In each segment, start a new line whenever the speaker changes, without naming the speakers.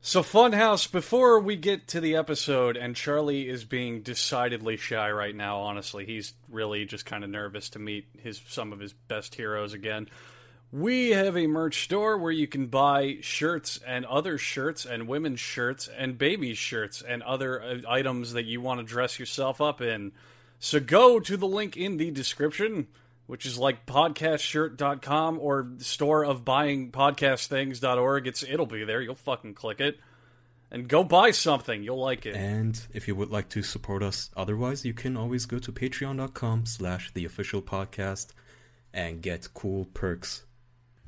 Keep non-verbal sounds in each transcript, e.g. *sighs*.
So, Funhouse, before we get to the episode, and Charlie is being decidedly shy right now, honestly. He's really just kind of nervous to meet his some of his best heroes again. We have a merch store where you can buy shirts and other shirts and women's shirts and baby shirts and other uh, items that you want to dress yourself up in. So go to the link in the description, which is like podcastshirt.com or store of buying podcast things.org. It's it'll be there. You'll fucking click it. And go buy something. You'll like it.
And if you would like to support us otherwise, you can always go to patreon.com slash the official podcast and get cool perks.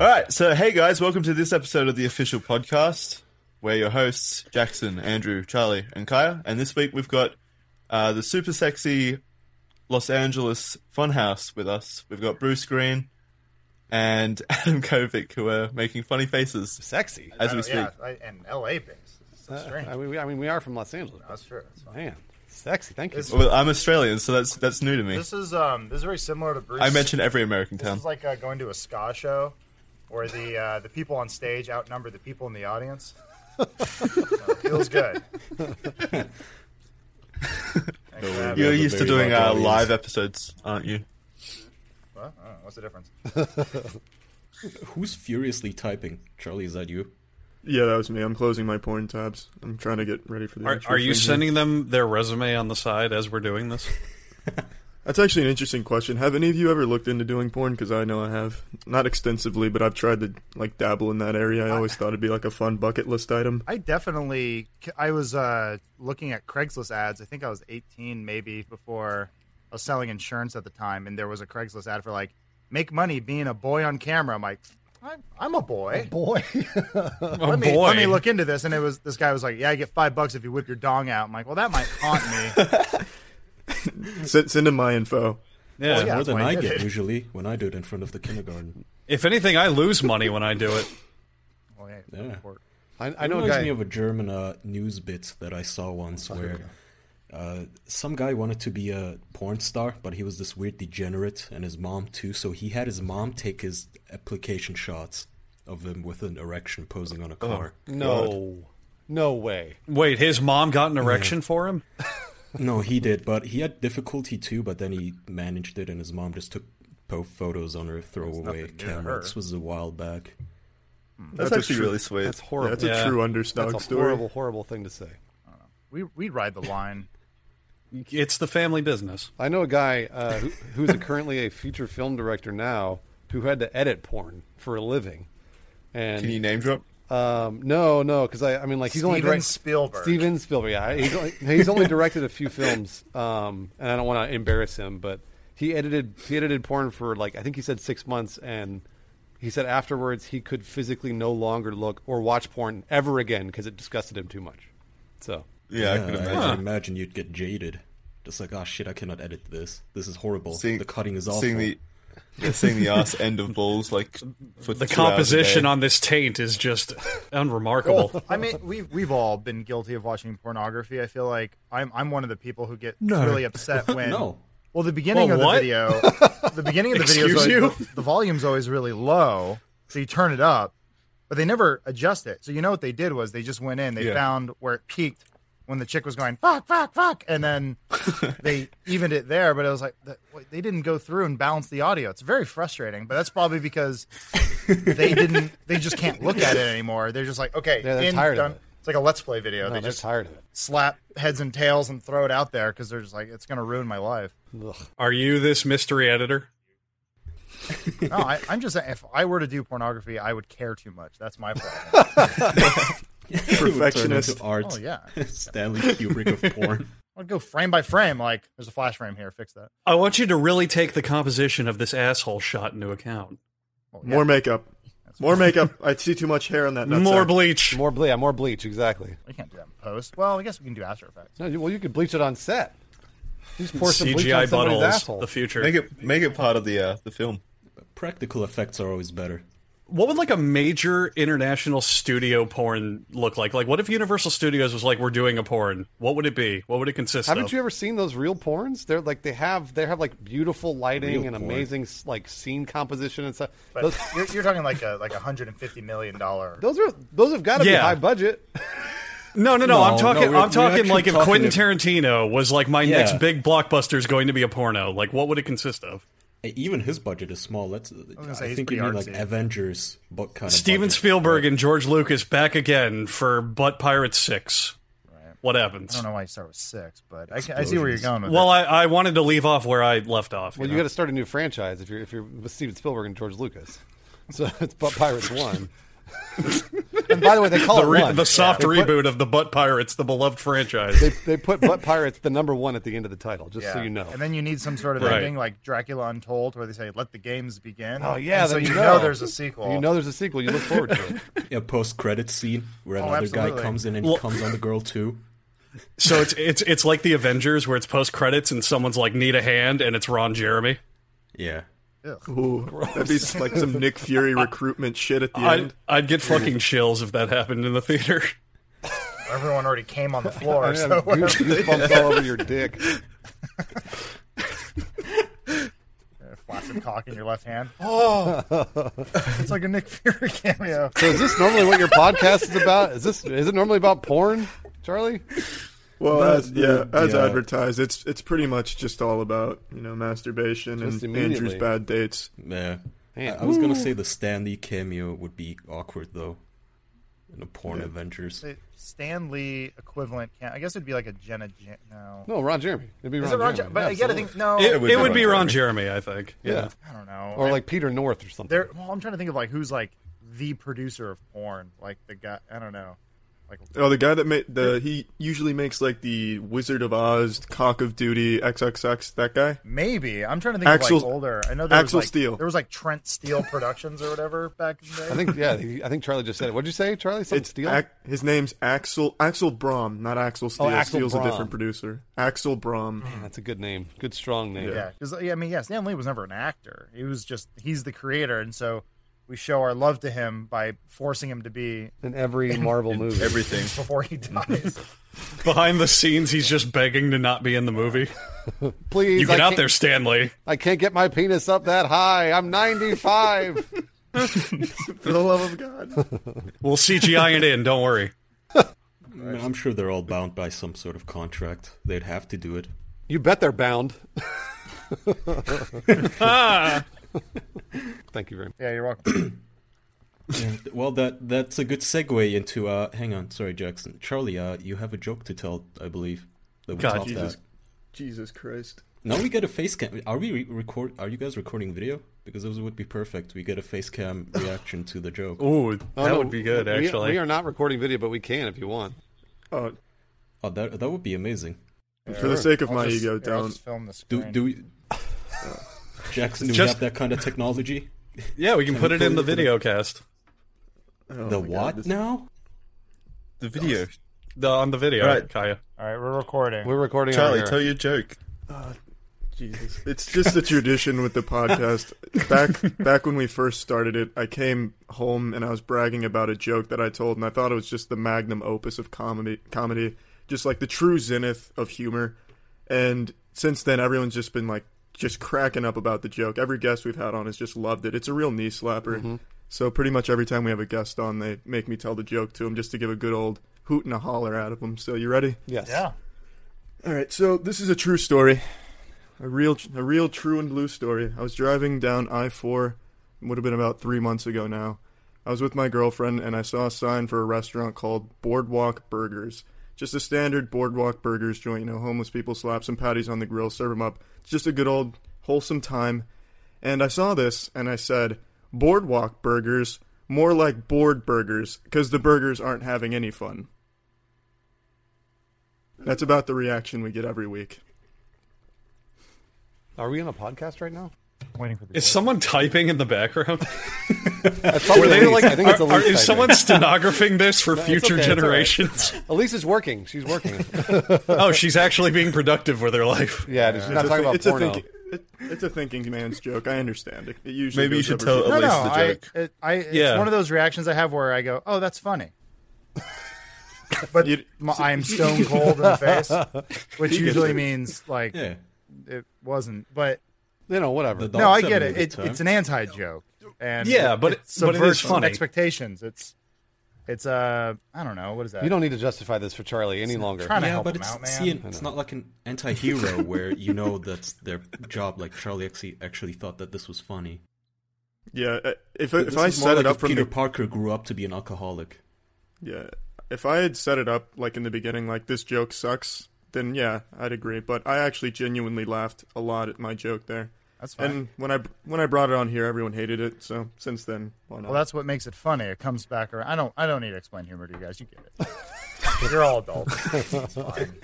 All right, so hey guys, welcome to this episode of the official podcast. We're your hosts, Jackson, Andrew, Charlie, and Kaya. And this week we've got uh, the super sexy Los Angeles Funhouse with us. We've got Bruce Green and *laughs* Adam Kovic, who are making funny faces.
sexy.
As we
Oh, yeah,
speak.
I- and LA based. It's so strange.
I mean, we, I mean, we are from Los Angeles.
That's true. That's fine.
Man, sexy. Thank you.
This-
Well, I'm Australian, so that's that's new to me.
This is um, this is very similar to Bruce.
I mentioned every American
this
town.
is like uh, going to a ska show, where the uh, the people on stage outnumber the people in the audience. *laughs* so it feels good. Thanks for having
You're
me.
Yeah,
used to
very
doing
large
uh,
audience.
live episodes, aren't you?
What? I don't know. What's the difference?
Who's furiously typing? Charlie, is that you?
Yeah, that was me. I'm closing my porn tabs. I'm trying to get ready for the.
Are,
actual
are you
thing here.
sending them their resume on the side as we're doing this?
That's actually an interesting question. Have any of you ever looked into doing porn? Because I know I have, not extensively, but I've tried to like dabble in that area. I always thought it'd be like a fun bucket list item.
I definitely. I was uh, looking at Craigslist ads. I think I was 18, maybe before I was selling insurance at the time, and there was a Craigslist ad for like make money being a boy on camera. I'm like, I'm, I'm a boy.
Boy.
Oh
Let me, let me look into this, and it was this guy was like, "Yeah, I get five bucks if you whip your dong out." I'm like, "Well, that might haunt me."
Send, send in my info.
Yeah.
Oh, yeah.
More
that's
than
why I
I
did
get
it.
usually when I do it in front of the
*laughs*
kindergarten.
If anything, I lose money when I do it.
well, yeah,
Yeah.
or-
I, I
It
know a
reminds me
guy.
of a German uh, news bit that I saw
Oh,
once where uh, some guy wanted to be a porn star, but he was this weird degenerate, and his mom too. So he had his mom take his application shots of him with an erection posing on a
Oh.
car.
No. No way.
Wait, his mom got an erection for him?
No, he did, but he had difficulty too. But then he managed it, and his mom just took po- photos on her throwaway
nothing new to
camera.
her.
This was a while back.
That's,
That's a
actually
true-
really sweet.
That's
Yeah,
horrible.
that's
Yeah.
a true
Oh, that's
underdog
a
story.
horrible, horrible thing to say.
we we ride the line.
It's the family business.
I know a guy uh, who, who's currently a feature film director now who had to edit porn for a living. And
Can you name drop?
Um, no, no, because I, I mean, like he's only
Steven
direct-
Spielberg.
Steven Spielberg, yeah, he's only, he's only directed a few films, um, and I don't want to embarrass him, but he edited he edited porn for like I think he said six months, and he said afterwards he could physically no longer look or watch porn ever again because it disgusted him too much. So
Yeah,
Yeah,
I can
I
imagine.
can imagine you'd get jaded. Just like, ah, shit, I cannot edit this. This is horrible. the cutting is awful.
Seeing the, yeah, seeing the ass end of balls like *laughs* for
The composition on this taint is
*laughs*
just unremarkable.
I mean, we've we've all been guilty of watching pornography. I feel like I'm I'm one of the people who get really upset when.
No. *laughs*
Well, the beginning
Well,
of the
what?
*laughs*
video, the beginning of the video, is
Excuse
always- the, the volume's always really low, so you turn it up, but they never adjust it. So you know what they did was they just went in, they
Yeah.
found where it peaked when the chick was going fuck, fuck, fuck,
*laughs*
and then they evened it there. But it was like the- wait, they didn't go through and balance the audio. It's very frustrating, but that's probably because
*laughs*
they didn't, they just can't look at it anymore. They're just like, okay,
Yeah, they're
in,
tired of
done.
it.
It's like a let's play video.
no,
they
they're
just
tired of it.
slap heads and tails and throw it out there because they're just like, it's going to ruin my life.
Ugh.
Are you this mystery editor?
No, I, I'm just saying, if I were to do pornography, I would care too much. That's my problem.
It would turn
perfectionist.
into art.
oh yeah,
*laughs* Stanley Kubrick of porn. *laughs*
I'd go frame by frame. Like, there's a flash frame here. Fix that.
I want you to really take the composition of this asshole shot into account.
Well, yeah,
More makeup. More makeup. I see too much hair on that. nutsack.
More bleach.
More bleach, yeah, more bleach, exactly.
we can't do that in post. Well, I guess we can do After Effects.
No, you- well, you could bleach it on set. You just pour some bleach
CGI
on somebody's
buttholes.
asshole.
The future.
Make it make it part of the uh, the film.
Practical effects are always better.
what would like a major international studio porn look like? Like, what if Universal Studios was like, "We're doing a porn"? What would it be? What would it consist
Haven't
of?
you ever seen those real porns? They're like they have they have like beautiful lighting
Real
and
porn.
amazing s- like scene composition and stuff.
But
Those,
you're, you're talking like a like a hundred and fifty million dollar.
those are those have got to be
Yeah.
*laughs*
high budget.
No, no, no.
No,
I'm talking.
no, we're-
I'm talking
we're
like if
actually
Quentin
talking
Tarantino was like my
Yeah.
next big blockbuster is going to be a porno. Like, what would it consist of?
Hey, E, Even his budget is small. Let's. I,
gonna say, he's
think you
pretty
mean like
artsy.
Avengers, but kind of
Steven
budget.
Spielberg and George Lucas back again for Butt Pirates Six. What
I
happens?
don't know why you start with six, but I, can- I see where you're
Explosions.
going with
Well,
it.
I, I wanted to leave off where I left off.
Well,
you
you
know?
got to start a new franchise if you're if you're with Steven Spielberg and George Lucas. So *laughs* it's but Pirates
*laughs*
One. and by the way, they call
the,
it
re-
one.
the soft
They put-
reboot of the Butt Pirates, the beloved franchise.
They, they put Butt Pirates the number one at the end of the title, just so
Yeah.
you know.
And then you need some sort of
Right.
ending like Dracula Untold where they say, let the games begin.
Oh, yeah,
And so
then
you
you
know
know.
there's a sequel.
you know there's a sequel. You look forward
*laughs*
to it.
A post-credit scene where another guy
Oh, absolutely.
comes in and
Well-
comes on the girl
*laughs*
too.
so it's it's it's like the Avengers where it's post credits and someone's like need a hand and it's Ron Jeremy.
Yeah.
Ooh, that'd be like some Nick Fury recruitment shit at the
I'd,
end.
I'd get fucking chills if that happened in the theater.
Everyone already
*laughs*
came on the floor.
Yeah,
so *laughs*
goose- goosebumps all over your dick.
flaccid cock in your left hand. Oh, it's like a Nick Fury *laughs* cameo.
So is this normally what your podcast is about? Is this is it normally about porn, Charlie?
Well, as, yeah,
the-
as
yeah.
advertised, it's it's pretty much just all about you know masturbation
Just
and
immediately.
Andrew's bad dates.
Yeah. I,
Man.
I was gonna say the Stanley cameo would be awkward though. In a porn Avengers.
The Stan Lee equivalent. Cam- I guess it'd be like a Jenna. Jan- no.
No, Ron Jeremy. It'd be
Is
Ron
it Ron? Jer-
Jeremy.
but again, I
Absolutely.
think no.
It,
would
it
be
would
Ron
be Ron Jeremy, I think.
yeah.
I don't know.
or
I-
like Peter North or something.
there. Well, I'm trying to think of like who's like the producer of porn. Like the guy. I don't know. Like
Oh, the guy that made the he usually makes like the Wizard of Oz, Cock of Duty, XXX. That guy.
maybe I'm trying to think
Axel-
of like older. I know there
Axel
was like
Steel.
there was like Trent Steele Productions or whatever back in the day.
I think yeah, he- I think Charlie just said it. What'd you say, Charlie? Something
It's
steel?
Ac- his name's Axel Axel Brom, not Axel Steele.
Axel
Steele's
Brahm.
a different producer. Axel Brom.
That's a good name. Good strong name.
Yeah, because I mean, yeah, Stan Lee was never an actor. He was just he's the creator, and so we show our love to him by forcing him to be
In every Marvel movie.
Everything.
before he *laughs*
*laughs*
dies.
Behind the scenes, he's just begging to not be in the movie.
Please
You get
I
out
can't-
there, Stanley.
I can't get my penis up that high. I'm 95.
*laughs* For the love of God.
We'll CGI it in. Don't
*laughs*
worry.
I mean, I'm sure they're all bound by some sort of contract. They'd have to do it.
you bet
*laughs*
they're bound. *laughs* Thank you very much.
yeah, you're welcome.
Well, that that's a good segue into. Uh, hang on, sorry, Jackson. Charlie, uh, you have a joke to tell, I believe. That we
God,
topped
Jesus.
that.
Jesus Christ.
Now we get a face cam. Are we re- record? Are you guys recording video? Because this would be perfect. We get a face
*laughs*
cam reaction to the joke.
Ooh, that
Oh, no,
would be good,
we-
actually.
We are not recording video, but we can if you want.
Oh,
Oh, that that would be amazing.
for the sake of
I'll
my
just-
ego,
here, I'll
don't.
just film the
Do
screen.
*laughs*
do we, Jackson? Do we
Just-
have that kind of technology?
yeah, we can put it in the video cast.
Oh
the
my God,
what
this-
now?
The video.
The, on the video,
Right.
Kaya.
All right, we're recording.
We're recording on
Charlie,
air.
tell your joke.
Jesus. *laughs* It's just a tradition with the podcast. Back back when we first started it, I came home and I was bragging about a joke that I told, and I thought it was just the magnum opus of comedy. Comedy, just like the true zenith of humor. And since then, everyone's just been like just cracking up about the joke. Every guest we've had on has just loved it. It's a real knee slapper. So pretty much every time we have a guest on, they make me tell the joke to them just to give a good old hoot and a holler out of them. So you ready?
Yes.
yeah,
All right, so this is a true story, a real, a real true and blue story. I was driving down I four, would have been about three months ago now. I was with my girlfriend and I saw a sign for a restaurant called Boardwalk Burgers, just a standard Boardwalk Burgers joint. You know, homeless people slap some patties on the grill, serve them up. It's just a good old wholesome time. And I saw this and I said, Boardwalk Burgers, more like board burgers, because the burgers aren't having any fun. That's about the reaction we get every week.
Are we on a podcast right now?
waiting for the.
Is someone typing in the
*laughs*
background?
That's probably
They're
Elise.
like,
I think it's
are-
Elise.
are- is
typing.
someone stenographing this
*laughs*
for future
okay, it's all right. *laughs*
generations?
Elise is working. She's working.
oh, she's actually being productive with her life.
Yeah, just not
It's a
talking
thi-
about
it's
porno.
A thinking, it, it's a thinking man's joke. I understand. It, it usually
Maybe you
goes
should tell
over
No,
people.
Elise
no,
the
I,
joke.
it, I, it's
Yeah.
one of those reactions I have where I go, "Oh, that's funny," but
You-
my, I'm stone cold in the face, which usually
it.
means like
Yeah.
it wasn't. But
you know, whatever.
The
no, I
dogs
get
having
it.
a good
it
time.
it's an anti joke, and
Yeah, but it- but it
it
is
subverts
funny.
expectations. It's It's uh, I don't know what is that.
You don't need to justify this for Charlie any longer.
trying to
yeah,
help
but
him
it's
out, man.
see, it's not like an
*laughs*
anti-hero where you know that's their job. Like Charlie actually actually thought that this was funny.
Yeah, uh, if I-
This
if I
is more
set
like
it up
if
from
Peter
the
Parker grew up to be an alcoholic.
yeah, if I had set it up like in the beginning, like this joke sucks, then yeah, I'd agree. But I actually genuinely laughed a lot at my joke there,
that's fine.
and when I when I brought it on here, everyone hated it. So since then, why not?
well, that's what makes it funny. It comes back around. I don't. I don't need to explain humor to you guys. You get it. You're all adults. It's fine.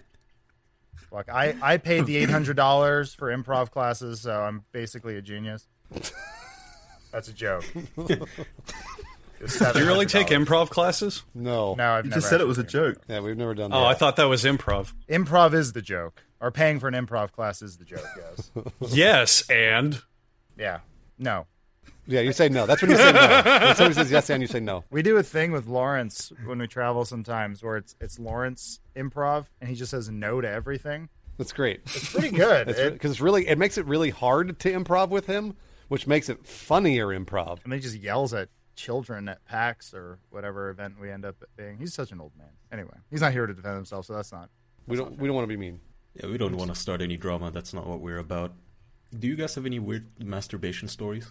Look, I I paid the eight hundred dollars for improv classes, so I'm basically a genius. That's a joke.
Do you really take improv classes?
No.
No, I've
You
never
just said it was a
actually-
joke.
Yeah, we've never done that.
Oh, I thought that was improv.
Improv is the joke, or paying for an improv class is the joke. Yes.
yes, and
yeah. No,
Yeah, you say no. That's when you say no. When somebody says yes and you say no.
We do a thing with Lawrence when we travel sometimes where it's it's Lawrence improv and he just says no to everything.
That's great.
Pretty good.
Because
It-
it's really, it makes it really hard to improv with him, which makes it funnier improv.
and he just yells at children at PAX or whatever event we end up at being. He's such an old man. Anyway, he's not here to defend himself, so that's not.
We don't, we don't want to be mean.
Yeah, we don't want to start any drama. That's not what we're about. Do you guys have any weird masturbation stories?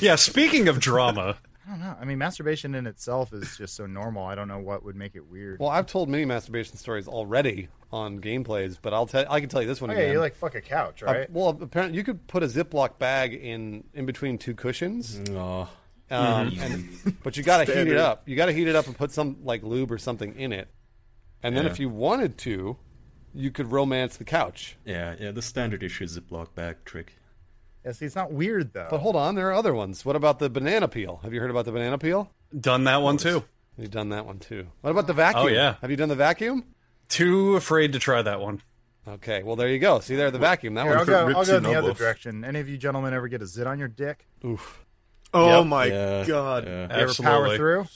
yeah. Speaking of drama,
I don't know. I mean, masturbation in itself is just so normal. I don't know what would make it weird.
Well, I've told many masturbation stories already on gameplays, but I'll tell, I can tell you this one
Okay,
again.
you like fuck a couch,
Uh,
right?
well, apparently you could put a Ziploc bag in in between two cushions,
No.
Mm-hmm.
um, and, but you got to heat it
Standard.
up. You got to heat it up and put some like lube or something in it, and then
Yeah.
if you wanted to, you could romance the couch.
Yeah, yeah, the standard issue Ziploc bag trick.
yeah, see, it's not weird though.
But hold on, there are other ones. What about the banana peel? Have you heard about the banana peel?
done that one too.
You've done that one too. What
Oh,
about the vacuum?
yeah.
Have you done the vacuum?
Too afraid to try that one.
Okay, well there you go. See there, the vacuum. That
Here, I'll
one.
go,
rips
I'll go
your
in the other
elbow.
direction. Any of you gentlemen ever get a zit on your dick?
oh
Yep.
my
Yeah,
god,
yeah.
You ever power
Absolutely.
through?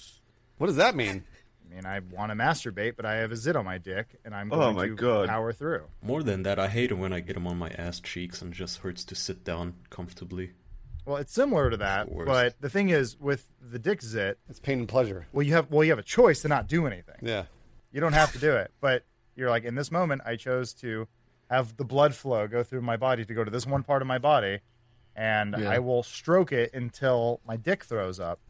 What does that mean?
I mean, I want to masturbate, but I have a zit on my dick, and I'm
Oh
going
my
to
God.
power through.
More than that, I hate it when I get them on my ass cheeks and it just hurts to sit down comfortably.
Well, it's similar to that,
the worst.
but the thing is, with the dick zit,
It's pain and pleasure.
well, you have well, you have a choice to not do anything.
Yeah.
You don't have to do it, but you're like, in this moment, I chose to have the blood flow go through my body to go to this one part of my body, and I will stroke it until my dick throws up,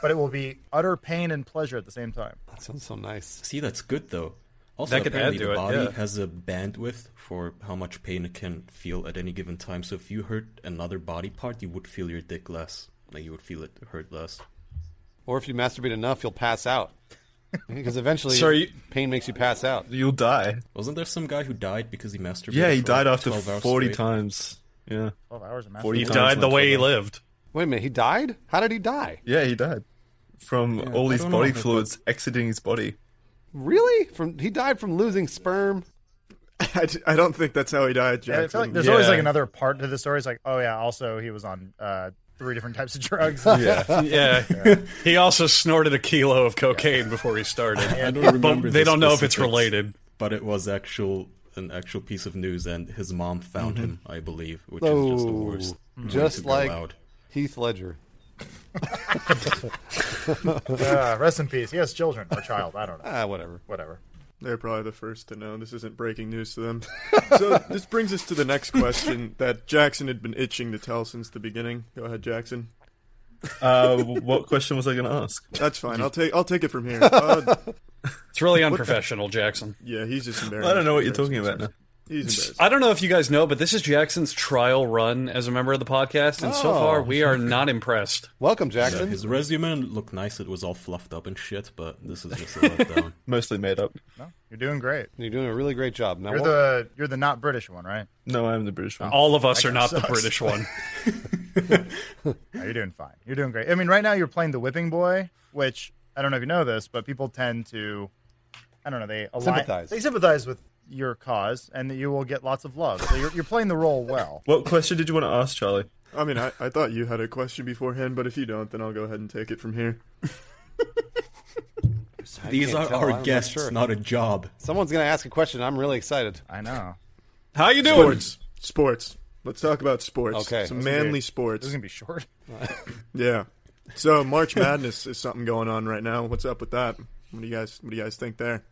but it will be utter pain and pleasure at the same time.
That sounds so nice.
See, that's good though. Also,
That could add
apparently
to
the
it,
body
yeah.
has a bandwidth for how much pain it can feel at any given time. So if you hurt another body part, you would feel your dick less. Like you would feel it hurt less.
Or if you masturbate enough, you'll pass out. Because eventually,
So you-
pain makes you pass out.
You'll die.
Wasn't there some guy who died because he masturbated?
Yeah, he
for,
died
like,
after
12 hours
forty
straight?
times. Yeah,
Twelve hours of masturbation.
forty.
He
times
died the
went
way he
through that.
*laughs*
lived.
Wait a minute, he died? How did he die?
Yeah, he died from all
I
his
don't
body
know, but-
fluids exiting
*laughs*
his body.
Really? From he died from losing sperm.
I, d- I don't think that's how he died,
Yeah, I
Jackson.
feel like there's always
Yeah.
like another part to the story. It's like, oh yeah, also he was on uh, three different types of drugs.
Yeah. he also snorted a kilo of cocaine before he started.
I don't remember.
But they
the
don't know if it's
specifics,
related.
But it was actual an actual piece of news, and his mom found him, I believe, which is just the
Oh,
worst. way to
just
go
like
out.
Heath Ledger.
*laughs* uh, rest in peace. He has children or child. I don't know.
Ah, whatever.
Whatever.
They're probably the first to know. This isn't breaking news to them. so this brings us to the next question that Jackson had been itching to tell since the beginning. Go ahead, Jackson.
Uh, w- what question was I going to ask?
That's fine. I'll take I'll take it from here. Uh,
It's really unprofessional, Jackson.
yeah, he's just embarrassed.
I don't know what you're talking about now.
He's embarrassed.
I don't know if you guys know, but this is Jackson's trial run as a member of the podcast, and so
Oh.
far we are not impressed.
Welcome,
Yeah,
Jackson.
his resume looked nice. It was all fluffed up and shit, but this is just a letdown.
Mostly made up.
No, you're doing great.
You're doing a really great job. Now,
You're
what-
the you're the not British one, right?
No, I'm the British one.
All of us are not the British one.
No, you're doing fine. You're doing great. I mean, right now you're playing the whipping boy, which I don't know if you know this, but people tend to, I don't know, they align,
Sympathize.
They sympathize with your cause, and that you will get lots of love. So you're, you're playing the role well.
What question did you want to ask, Charlie?
I mean, I, I thought you had a question beforehand, but if you don't, then I'll go ahead and take it from here.
*laughs* I
These
can't
are
tell, I'm
our
not
guests,
sure.
not a job.
Someone's going to ask a question. I'm really excited.
I know.
How you doing?
Sports. Sports. Let's talk about sports.
Okay.
Some
That's
manly
This is
sports.
gonna be short.
Yeah. So March Madness is something going on right now. What's up with that? What do you guys What do you guys think there?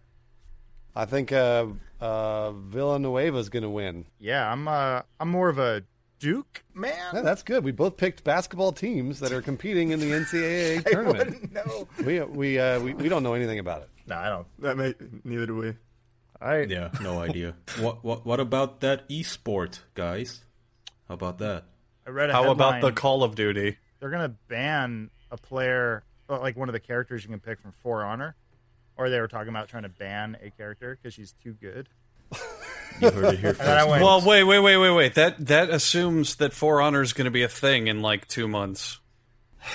I think uh, uh, Villanueva's going to win.
Yeah, I'm uh, I'm more of a Duke man.
Yeah, that's good. We both picked basketball teams that are competing in the
*laughs*
NCAA tournament.
no,
We we, uh, we we don't know anything about it.
no, I don't.
That may neither do we.
I
Yeah, no idea. what what what about that esport, guys? How about that?
I read a
How about the
headline.
Call of Duty?
They're gonna ban a player, uh, like one of the characters you can pick from For Honor, or they were talking about trying to ban a character because she's too good.
You heard it here
And I
first.
went,
Well, wait, wait, wait, wait, wait. That that assumes that For Honor is going to be a thing in like two months.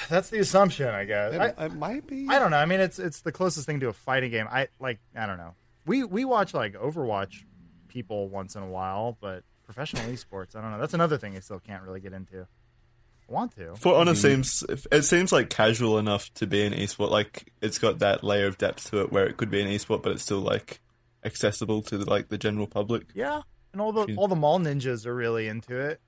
that's the assumption, I guess.
It,
I,
it might be.
I don't know. I mean, it's it's the closest thing to a fighting game. I like. I don't know. We we watch like Overwatch people once in a while, but professional esports, I don't know. That's another thing I still can't really get into. I want to?
For Honor seems it seems like casual enough to be an esport. Like it's got that layer of depth to it where it could be an esport, but it's still like accessible to like the general public.
Yeah, and all the all the mall ninjas are really into it,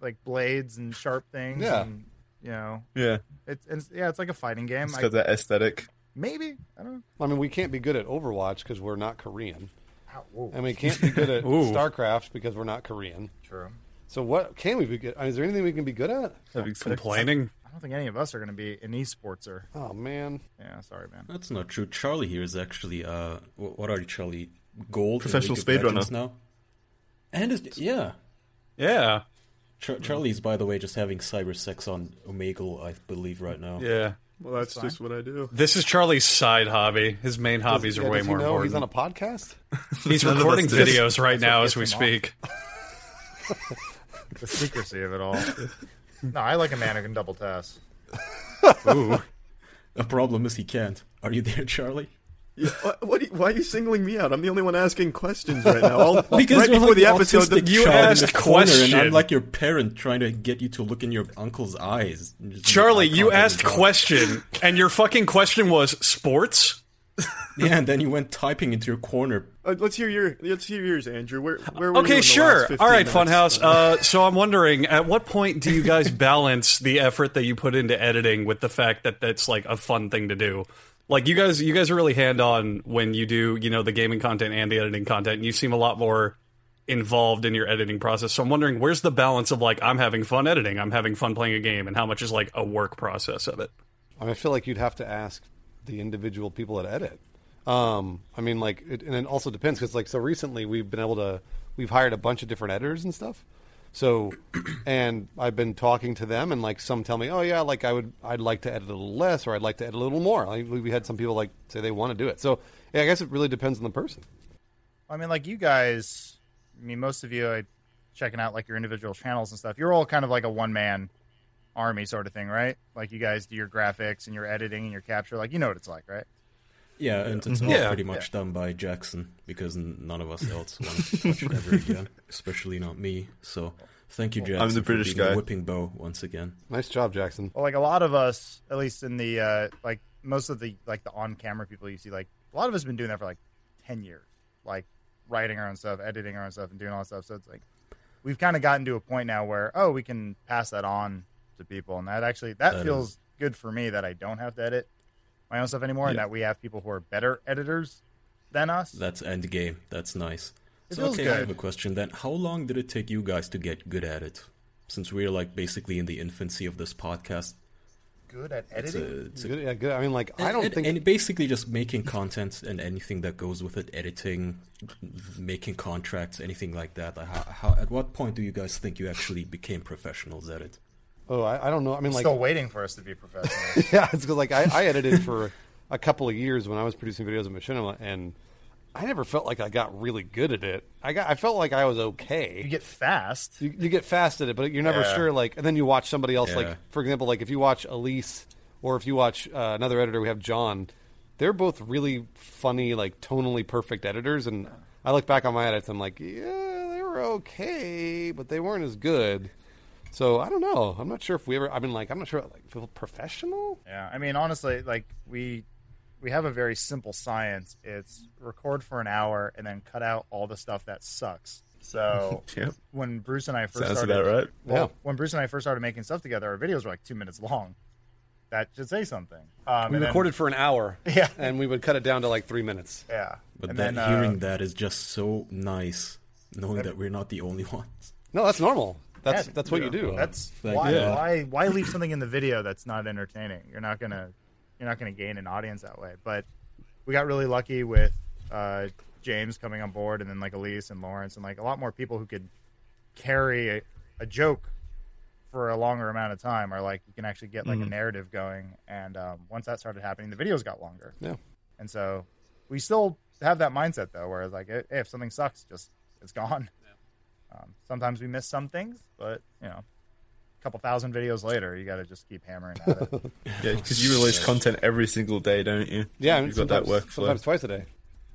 like blades and sharp things.
Yeah.
and, you know,
Yeah,
it's, it's yeah, it's like a fighting game.
it's
I,
got that aesthetic.
maybe I don't know.
I mean, we can't be good at Overwatch because we're not Korean,
Ow, whoa,
and we can't be good
*laughs*
at
Ooh.
StarCraft because we're not Korean.
true.
So what can we be good? I mean, is there anything we can be good at?
Complaining?
I don't think any of us are going to be an esportser.
Oh man,
Yeah, sorry, man.
That's not true. Charlie here is actually uh, wh- what are you, Charlie? Gold in
Professional
League of
speedrunner.
Legends now. And it's, yeah,
Yeah,
Char- Charlie's by the way just having cyber sex on Omegle, I believe, right now.
yeah.
Well, that's just what I do.
This is Charlie's side hobby. His main hobbies
Yeah,
are way
does he
more
know
important.
He's on a podcast.
He's
None of us
recording
do.
videos right now as we
That's what gets
speak.
The secrecy of it all. *laughs* No, I like a man who can double test.
Ooh.
The problem is he can't. Are you there, Charlie?
*laughs* Yeah, what, what do you- why are you singling me out? I'm the only one asking questions right now. All,
Because
right
you're
before
like
the
an
episode,
autistic
the-
you
child in
asked
the corner, and
question.
I'm like your parent trying to get you to look in your uncle's eyes. and just "Oh, make
Charlie,
eye
you
contact
asked
with him.
question, and your fucking question was sports.
Yeah, and then you went typing into your corner.
uh, let's hear your let's hear yours, Andrew. Where where were you in
Okay,
the
sure.
last 15
All right,
minutes?
Funhouse. Uh, so I'm wondering, at what point do you guys balance the effort that you put into editing with the fact that that's like a fun thing to do? Like you guys, you guys are really hand on when you do, you know, the gaming content and the editing content. And you seem a lot more involved in your editing process. So I'm wondering, where's the balance of like I'm having fun editing, I'm having fun playing a game, and how much is like a work process of it?
I, mean, I feel like you'd have to ask the individual people that edit. Um, I mean, like, it, and it also depends because, like, so recently we've been able to we've hired a bunch of different editors and stuff. So, *clears throat* and I've been talking to them, and like some tell me, oh yeah, like I would, I'd like to edit a little less, or I'd like to edit a little more. Like, we we had some people like say they want to do it. So, yeah, I guess it really depends on the person.
I mean, like you guys, I mean, most of you are checking out like your individual channels and stuff. You're all kind of like a one man army sort of thing, right? Like you guys do your graphics and your editing and your capture. Like you know what it's like, right?
Yeah, and it's all
Yeah.
pretty much done by Jackson because n- none of us else *laughs* want to watch it ever again, especially not me. So thank you, Jackson.
the British
for being the
guy.
whipping bow once again.
Nice job, Jackson.
Well, like a lot of us, at least in the uh, like most of the like the on camera people you see, like a lot of us have been doing that for like ten years, like writing our own stuff, editing our own stuff, and doing all that stuff. So it's like we've kind of gotten to a point now where oh, we can pass that on to people, and that actually that
That
feels good for me that I don't have to edit my own stuff anymore, and that we have people who are better editors than us.
That's end game. That's nice.
It
so
feels
okay, I
good.
have a question then. How long did it take you guys to get good at it? Since we're like basically in the infancy of this podcast,
good at
it's
editing.
a, it's a
Good, yeah, good. I mean, like, I don't
and,
think
and basically just making content and anything that goes with it, editing, making contracts, anything like that. Like, How, how, at what point do you guys think you actually became professionals at it?
Oh, I, I don't know. I mean, like,
Still waiting for us to be professional.
*laughs* yeah, it's 'cause, like I, I edited for a couple of years when I was producing videos at Machinima, and I never felt like I got really good at it. I got, I felt like I was okay.
*laughs* you get fast.
You, you get fast at it, but you're never
Yeah.
sure. Like, and then you watch somebody else.
Yeah.
Like, for example, like if you watch Elise or if you watch uh, another editor, we have John. They're both really funny, like tonally perfect editors. And I look back on my edits, I'm like, yeah, they were okay, but they weren't as good. So I don't know. I'm not sure if we ever. I mean, like, I'm not sure. Like, feel professional.
Yeah, I mean, honestly, like we we have a very simple science. It's record for an hour and then cut out all the stuff that sucks. So
Yep.
when Bruce and I first
Sounds
started,
about right.
well,
Yeah.
when Bruce and I first started making stuff together, our videos were like two minutes long, that should say something. Um,
We
and then-
recorded for an hour,
Yeah.
and we would cut it down to like three minutes.
yeah,
But
and
that
then
hearing
uh,
that is just so nice, knowing that we're not the only *laughs* ones.
No, that's normal. That's
Yeah,
that's what you do.
that's
Thank
why,
God.
why why leave something in the video that's not entertaining? You're not gonna you're not gonna gain an audience that way. But we got really lucky with uh, James coming on board, and then like Elise and Lawrence, and like a lot more people who could carry a, a joke for a longer amount of time, or like you can actually get like a narrative going. And um, once that started happening, the videos got longer.
yeah.
And so we still have that mindset though, where it's like, eh, if something sucks, just it's gone. Um, sometimes we miss some things, but you know, a couple thousand videos later, you got to just keep hammering at it.
Yeah, because you release content every single day, don't you?
Yeah, and
you've got that
sometimes-
workflow.
Sometimes twice a day.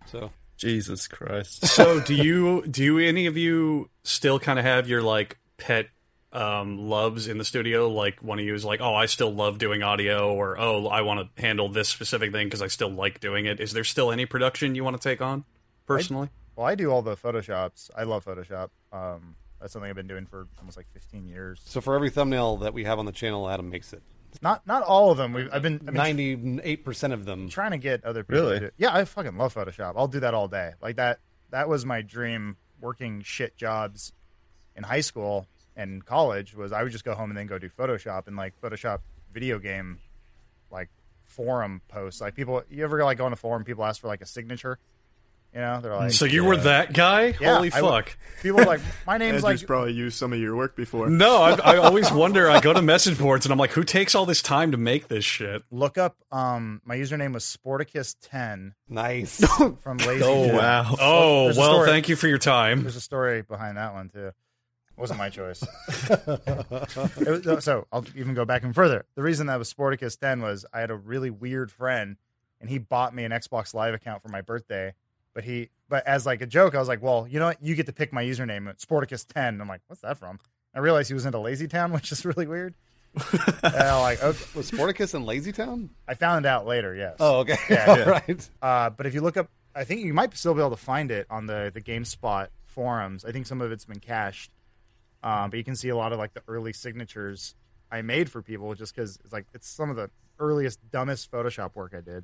So
Jesus Christ. *laughs*
So do you do any of you still kind of have your like pet um loves in the studio like one of you is like oh I still love doing audio or oh I want to handle this specific thing cuz I still like doing it is there still any production you want to take on personally
well, I do all the photoshops. I love Photoshop. Um, that's something I've been doing for almost like 15 years.
so for every thumbnail that we have on the channel, Adam makes it.
Not not all of them. We've, I've been I mean,
Ninety eight percent of them.
trying to get other people
Really?
to do yeah i fucking love photoshop i'll do that all day like that that was my dream working shit jobs in high school and college was i would just go home and then go do photoshop and like photoshop video game like forum posts like people you ever like go on a forum people ask for like a signature you know they're like
So you were that guy
Yeah,
holy
I
fuck
w- people are like my name's
Andrew's
like
probably used some of your work before.
No I I always wonder I go to message boards and I'm like who takes all this time to make this shit
look up um my username was sporticus 10 *laughs*
Nice.
from lazy
Oh
Jim.
wow.
Oh
There's a
well
story.
thank you for your time
There's a story behind that one too. Wasn't my choice. It was- so I'll even go back and further. The reason that was Sporticus then was I had a really weird friend, and he bought me an Xbox Live account for my birthday. But he, but as like a joke, I was like, "Well, you know what? You get to pick my username, it's Sporticus 10." I'm like, "What's that from?" I realized he was into Lazy Town, *laughs* which is really weird. and I'm like, okay.
Was Sporticus in Lazy Town?
I found out later. Yes.
Oh, okay.
Yeah,
*laughs* All
yeah.
right.
Uh, but if you look up, I think you might still be able to find it on the the GameSpot forums. I think some of it's been cached, um, but you can see a lot of like the early signatures I made for people, just because it's like it's some of the earliest dumbest Photoshop work I did.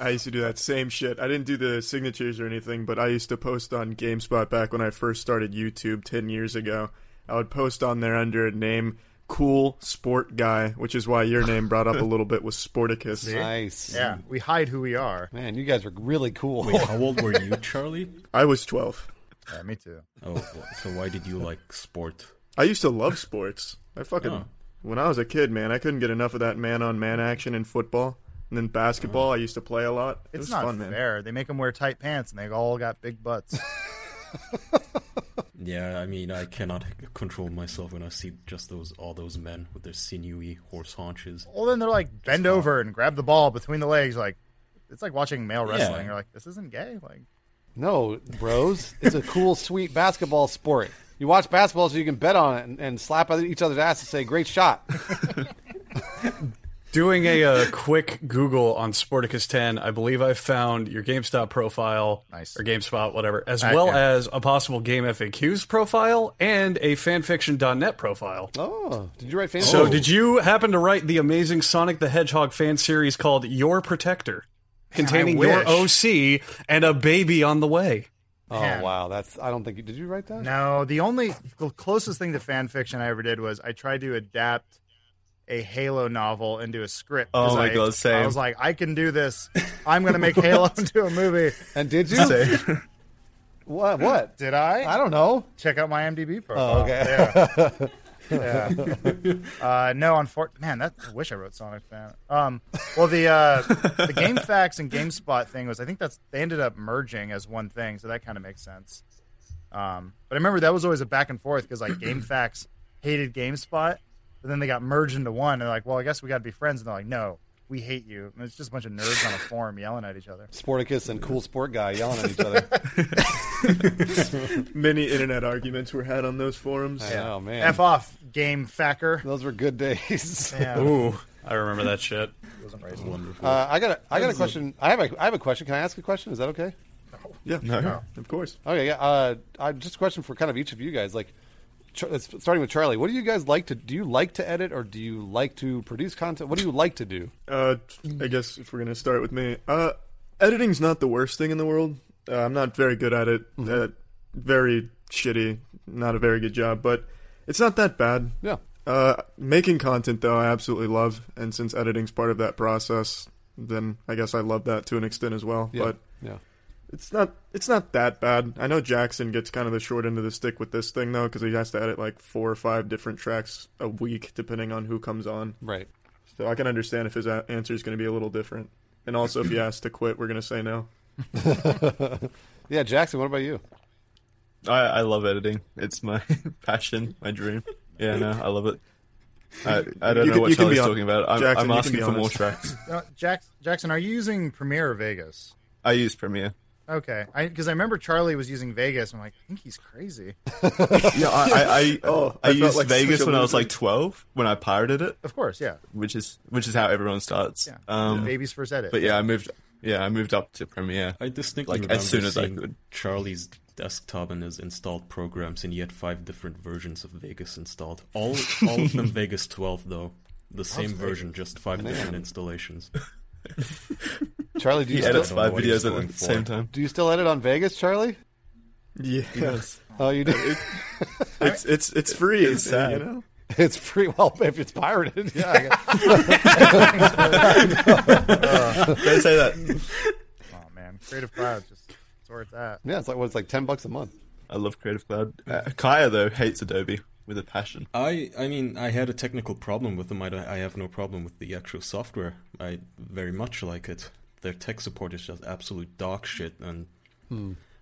I used to do that same shit. I didn't do the signatures or anything, but I used to post on GameSpot back when I first started YouTube 10 years ago. I would post on there under a name Cool Sport Guy, which is why your name brought up a little bit was Sporticus.
Nice.
Yeah, we hide who we are.
Man, you guys are really cool.
Wait, how old were you, Charlie?
I was 12.
Yeah, me too.
Oh, well, so why did you like sport?
I used to love sports. I fucking
Oh.
when I was a kid, man, I couldn't get enough of that man on man action in football. And then basketball, I used to play a lot. It
It's
was
not
fun, man.
fair. They make them wear tight pants, and they all got big
*laughs*
butts.
Yeah, I mean, I cannot control myself when I see just those all those men with their sinewy horse haunches.
well, then they're like bend over and grab the ball between the legs, like. It's like watching male wrestling.
Yeah.
You're like, this isn't gay. Like,
No, bros. It's a cool, sweet basketball sport. You watch basketball so you can bet on it and, and slap at each other's ass and say, great
*laughs*
shot.
Doing a uh, quick Google on Sporticus 10, I believe I found your GameStop profile,
Nice.
or GameSpot, whatever, as
I-
well
yeah.
as a possible Game FAQs profile and a fanfiction.net profile.
Oh, did you write fantasy?
So, did you happen to write the amazing Sonic the Hedgehog fan series called Your Protector, containing your OC and a baby on the way?
Oh,
Man.
wow. That's, I don't think you, did you write that?
No, the only the closest thing to fan fiction I ever did was I tried to adapt a Halo novel into a script. 'cause
Oh my
I,
God, same.
I was like, I can do this. I'm going
*laughs*
to make Halo into a movie.
And did you?
Same.
*laughs* What? What?
Did I?
I don't know.
Check out my IMDb profile.
Oh, okay.
Uh, no, unfortunately, man, that I wish I wrote Sonic fan. Um, well, the uh, the GameFAQs and GameSpot thing was, I think that's they ended up merging as one thing, so that kind of makes sense. Um, but I remember that was always a back and forth because like GameFAQs hated GameSpot, but then they got merged into one. And they're like, well, I guess we got to be friends, and they're like, no, we hate you. And it's just a bunch of nerds on a forum yelling at each other.
*laughs* Sporticus and cool sport guy yelling at each
*laughs*
other.
Many internet arguments were had on those forums.
Oh, man.
F off,
*laughs*
game facker.
Those were good days.
Yeah,
Ooh, I remember that shit.
wasn't right.
*laughs* Uh, I got a, I got a question. I have a, I have a question. Can I ask a question? Is that okay?
Yeah,
No.
of course.
Okay, yeah. Uh, I, just a question for kind of each of you guys. Like, Char- let's- starting with Charlie, what do you guys like to do? You like to edit, or do you like to produce content? What do you like to do?
Uh, I guess if we're gonna start with me, uh, editing's not the worst thing in the world. Uh, I'm not very good at it.
Mm-hmm.
Uh, very shitty. Not a very good job, but it's not that bad.
Yeah,
Uh, making content though, I absolutely love, and since editing's part of that process, then I guess I love that to an extent as well.
yeah,
But
yeah.
it's not it's not that bad. I know Jackson gets kind of the short end of the stick with this thing though, because he has to edit like four or five different tracks a week, depending on who comes on.
Right.
So I can understand if his answer is going to be a little different. And also, if you ask to quit, we're going to say no.
Yeah, Jackson. What about you?
I, I love editing. It's my *laughs* passion, my dream. Yeah, no, I love it. I, I don't know
You can-
what
you can be
Charlie's
hon-
talking about. I'm,
Jackson,
I'm
you can
asking
be
for more
honest.
tracks.
Uh, Jack- Jackson, are you using Premiere or Vegas?
I use Premiere.
Okay, because I, remember Charlie was using Vegas. I'm like, I think he's crazy.
Yeah, I I, *laughs* I,
Oh,
I
I felt
used
like
Vegas
such a
when I was
loser.
like 12 when I pirated it,
Of course, yeah,
which is which is how everyone starts.
yeah.
Um,
Baby's first edit.
But yeah, I moved. Yeah, I moved up to Premiere.
I distinctly
Like,
remember
as soon as I
seeing
could.
Charlie's desktop and his installed programs, and he had five different versions of Vegas installed. All all of
*laughs*
them Vegas 12, though. The same version, just five different installations.
Charlie, do you
He
still,
edits
don't know
five
what he's
videos at
going
the
for.
same time.
do you still edit on Vegas, Charlie?
Yes.
Oh, you do.
it's it's it's free. It's
sad.
You know?
it's free. Well, if it's pirated, yeah. I guess.
Don't say that.
oh man, Creative Cloud, just that's where it's at.
yeah, it's like what? It's like ten bucks a month.
I love Creative Cloud. Uh, Kaya though hates Adobe with a passion.
I I mean, I had a technical problem with them. I, don't- I have no problem with the actual software. I very much like it. Their tech support is just absolute dog shit, and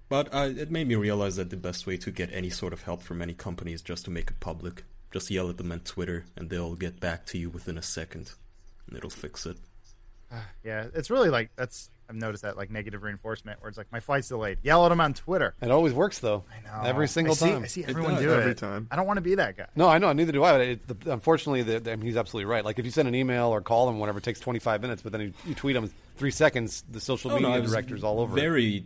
but I, it made me realize that the best way to get any sort of help from any company is just to make it public. Just yell at them on Twitter, and they'll get back to you within a second, and it'll fix it.
Yeah, it's really like that's. I've noticed that like negative reinforcement where it's like my flight's delayed. Yell at him on Twitter.
It always works though.
I know.
Every single
I see-
time.
I see everyone
does.
do it
Every time.
I don't want to be that guy.
No, I know. Neither do I. But it, the, unfortunately, the, the- I mean, he's absolutely right. Like if you send an email or call him, whatever, it takes twenty five minutes, but then you, you tweet him three seconds. The social
Oh, no,
media
I was
directors all over. it.
Very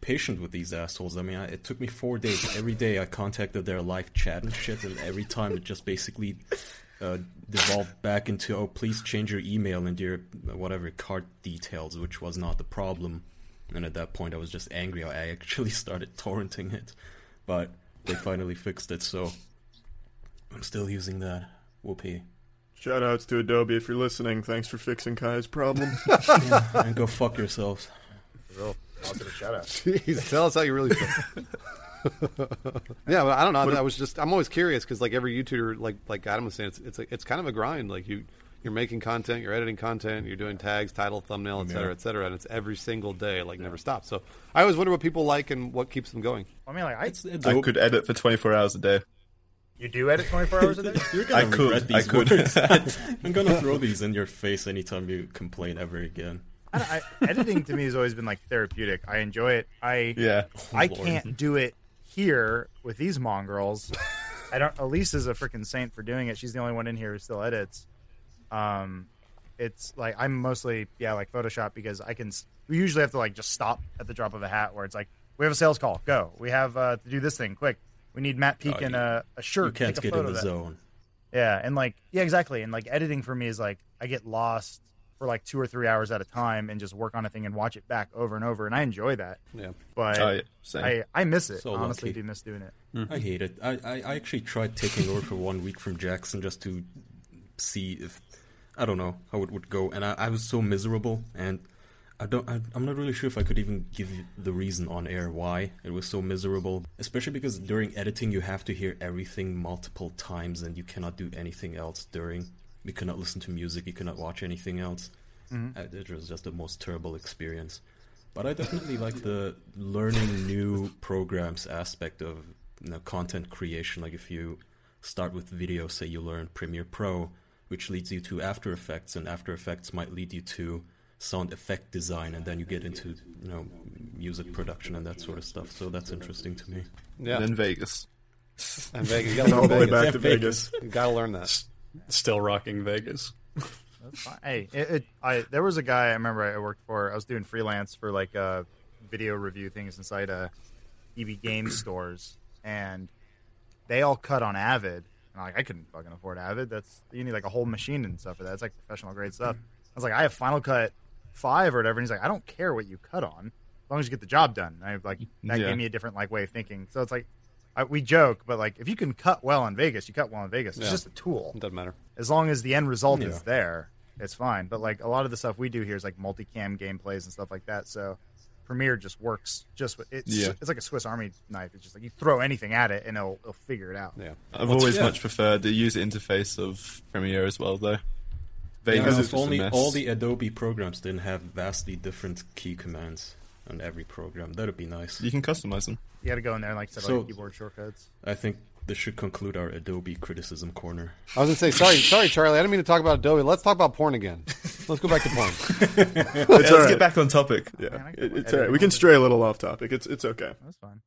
patient with these assholes. I mean, I, it took me four days. Every day I contacted their live chat and shit, and every time it just basically uh, devolved back into, oh, please change your email and your whatever card details, which was not the problem. And at that point, I was just angry. I actually *laughs* started torrenting it, but they finally fixed it. So I'm still using that. Whoopee.
Shout outs to Adobe if you're listening. Thanks for fixing
*laughs*
Kai's problem.
And go fuck yourselves.
Real positive shout out.
Jeez, tell us how you really feel. *laughs* yeah, but I don't know. I was just I'm always curious because like every YouTuber, like like Adam was saying, it's it's, like, it's kind of a grind. Like you you're making content, you're editing content, you're doing tags, title, thumbnail, et cetera, et cetera, and it's every single day, like never stops. So I always wonder what people like and what keeps them going.
I mean, like, I,
It's Adobe.
I could edit for 24 hours a day.
you do edit 24 hours a day.
You're gonna
I could,
regret these
I could.
words.
*laughs*
*laughs* I'm gonna throw these in your face anytime you complain ever again.
I, don't- I, editing to me has always been like therapeutic. I enjoy it. I
Yeah,
*laughs*
I
Oh, Lord.
can't do it here with these mongrels. I don't. Elise is a freaking saint for doing it. She's the only one in here who still edits. Um, it's like I'm mostly yeah like Photoshop because I can. s- We usually have to like just stop at the drop of a hat where it's like we have a sales call, go. We have uh, to do this thing quick. We need Matt Peek
Oh,
in
you-
a, a shirt.
You can't
Take a
get
photo
in the
of that.
zone.
Yeah, and like yeah, exactly. And like editing for me is like I get lost for like two or three hours at a time and just work on a thing and watch it back over and over, and I enjoy that.
Yeah.
But
Oh, yeah, same.
I I miss it
So
honestly.
lucky.
Do miss doing it.
I hate it. I, I, I actually tried taking over for one week from Jackson just to see if I don't know how it would go, and I, I was so miserable, and I don't I, I'm not really sure if I could even give you the reason on air why it was so miserable. Especially because during editing you have to hear everything multiple times, and you cannot do anything else during. You cannot listen to music. You cannot watch anything else. Uh, It was just the most terrible experience. But I definitely like the learning new programs aspect of you know, content creation. Like if you start with video, say you learn Premiere Pro, which leads you to After Effects, and After Effects might lead you to sound effect design, and then you get into you know music production and that sort of stuff. So that's interesting to me.
Yeah.
and then Vegas.
and Vegas. You gotta learn
*laughs* All the way
Vegas.
back to Vegas.
You gotta learn that.
Still rocking Vegas.
That's fine. Hey, it, it, I there was a guy I remember I worked for. I was doing freelance for like uh, E video review things inside uh, EB game stores, and they all cut on Avid. And I'm like, I couldn't fucking afford Avid. That's you need like a whole machine and stuff for that. It's like professional grade stuff. I was like, I have Final Cut Five or whatever. And he's like, I don't care what you cut on, as long as you get the job done. And I like that
Yeah.
gave me a different like way of thinking. So it's like. I, we joke, but like if you can cut well in Vegas, you cut well in Vegas. It's
Yeah.
just a tool
It doesn't matter.
as long as the end result
Yeah.
is there, it's fine. But like a lot of the stuff we do here is like multicam gameplays and stuff like that. So Premiere just works. Just with- it's
Yeah.
it's like a Swiss Army knife. It's just like you throw anything at it and it'll, it'll figure it out.
Yeah.
I've always
yeah.
much preferred the user interface of Premiere as well, though. Vegas
Because
is
if
just a
only
mess.
all the Adobe programs didn't have vastly different key commands on every program, that'd be nice.
You can customize them.
You got to go in there and like set all
So-
your keyboard shortcuts.
I think this should conclude our Adobe criticism corner.
I was gonna say sorry, sorry, Charlie. I didn't mean to talk about Adobe. Let's talk about porn again. Let's go back to porn.
Yeah,
all
let's
right.
get back on topic.
Man, I
Yeah,
can
it, it's
edit
alright. We can stray a little off topic. It's it's okay.
That's fine.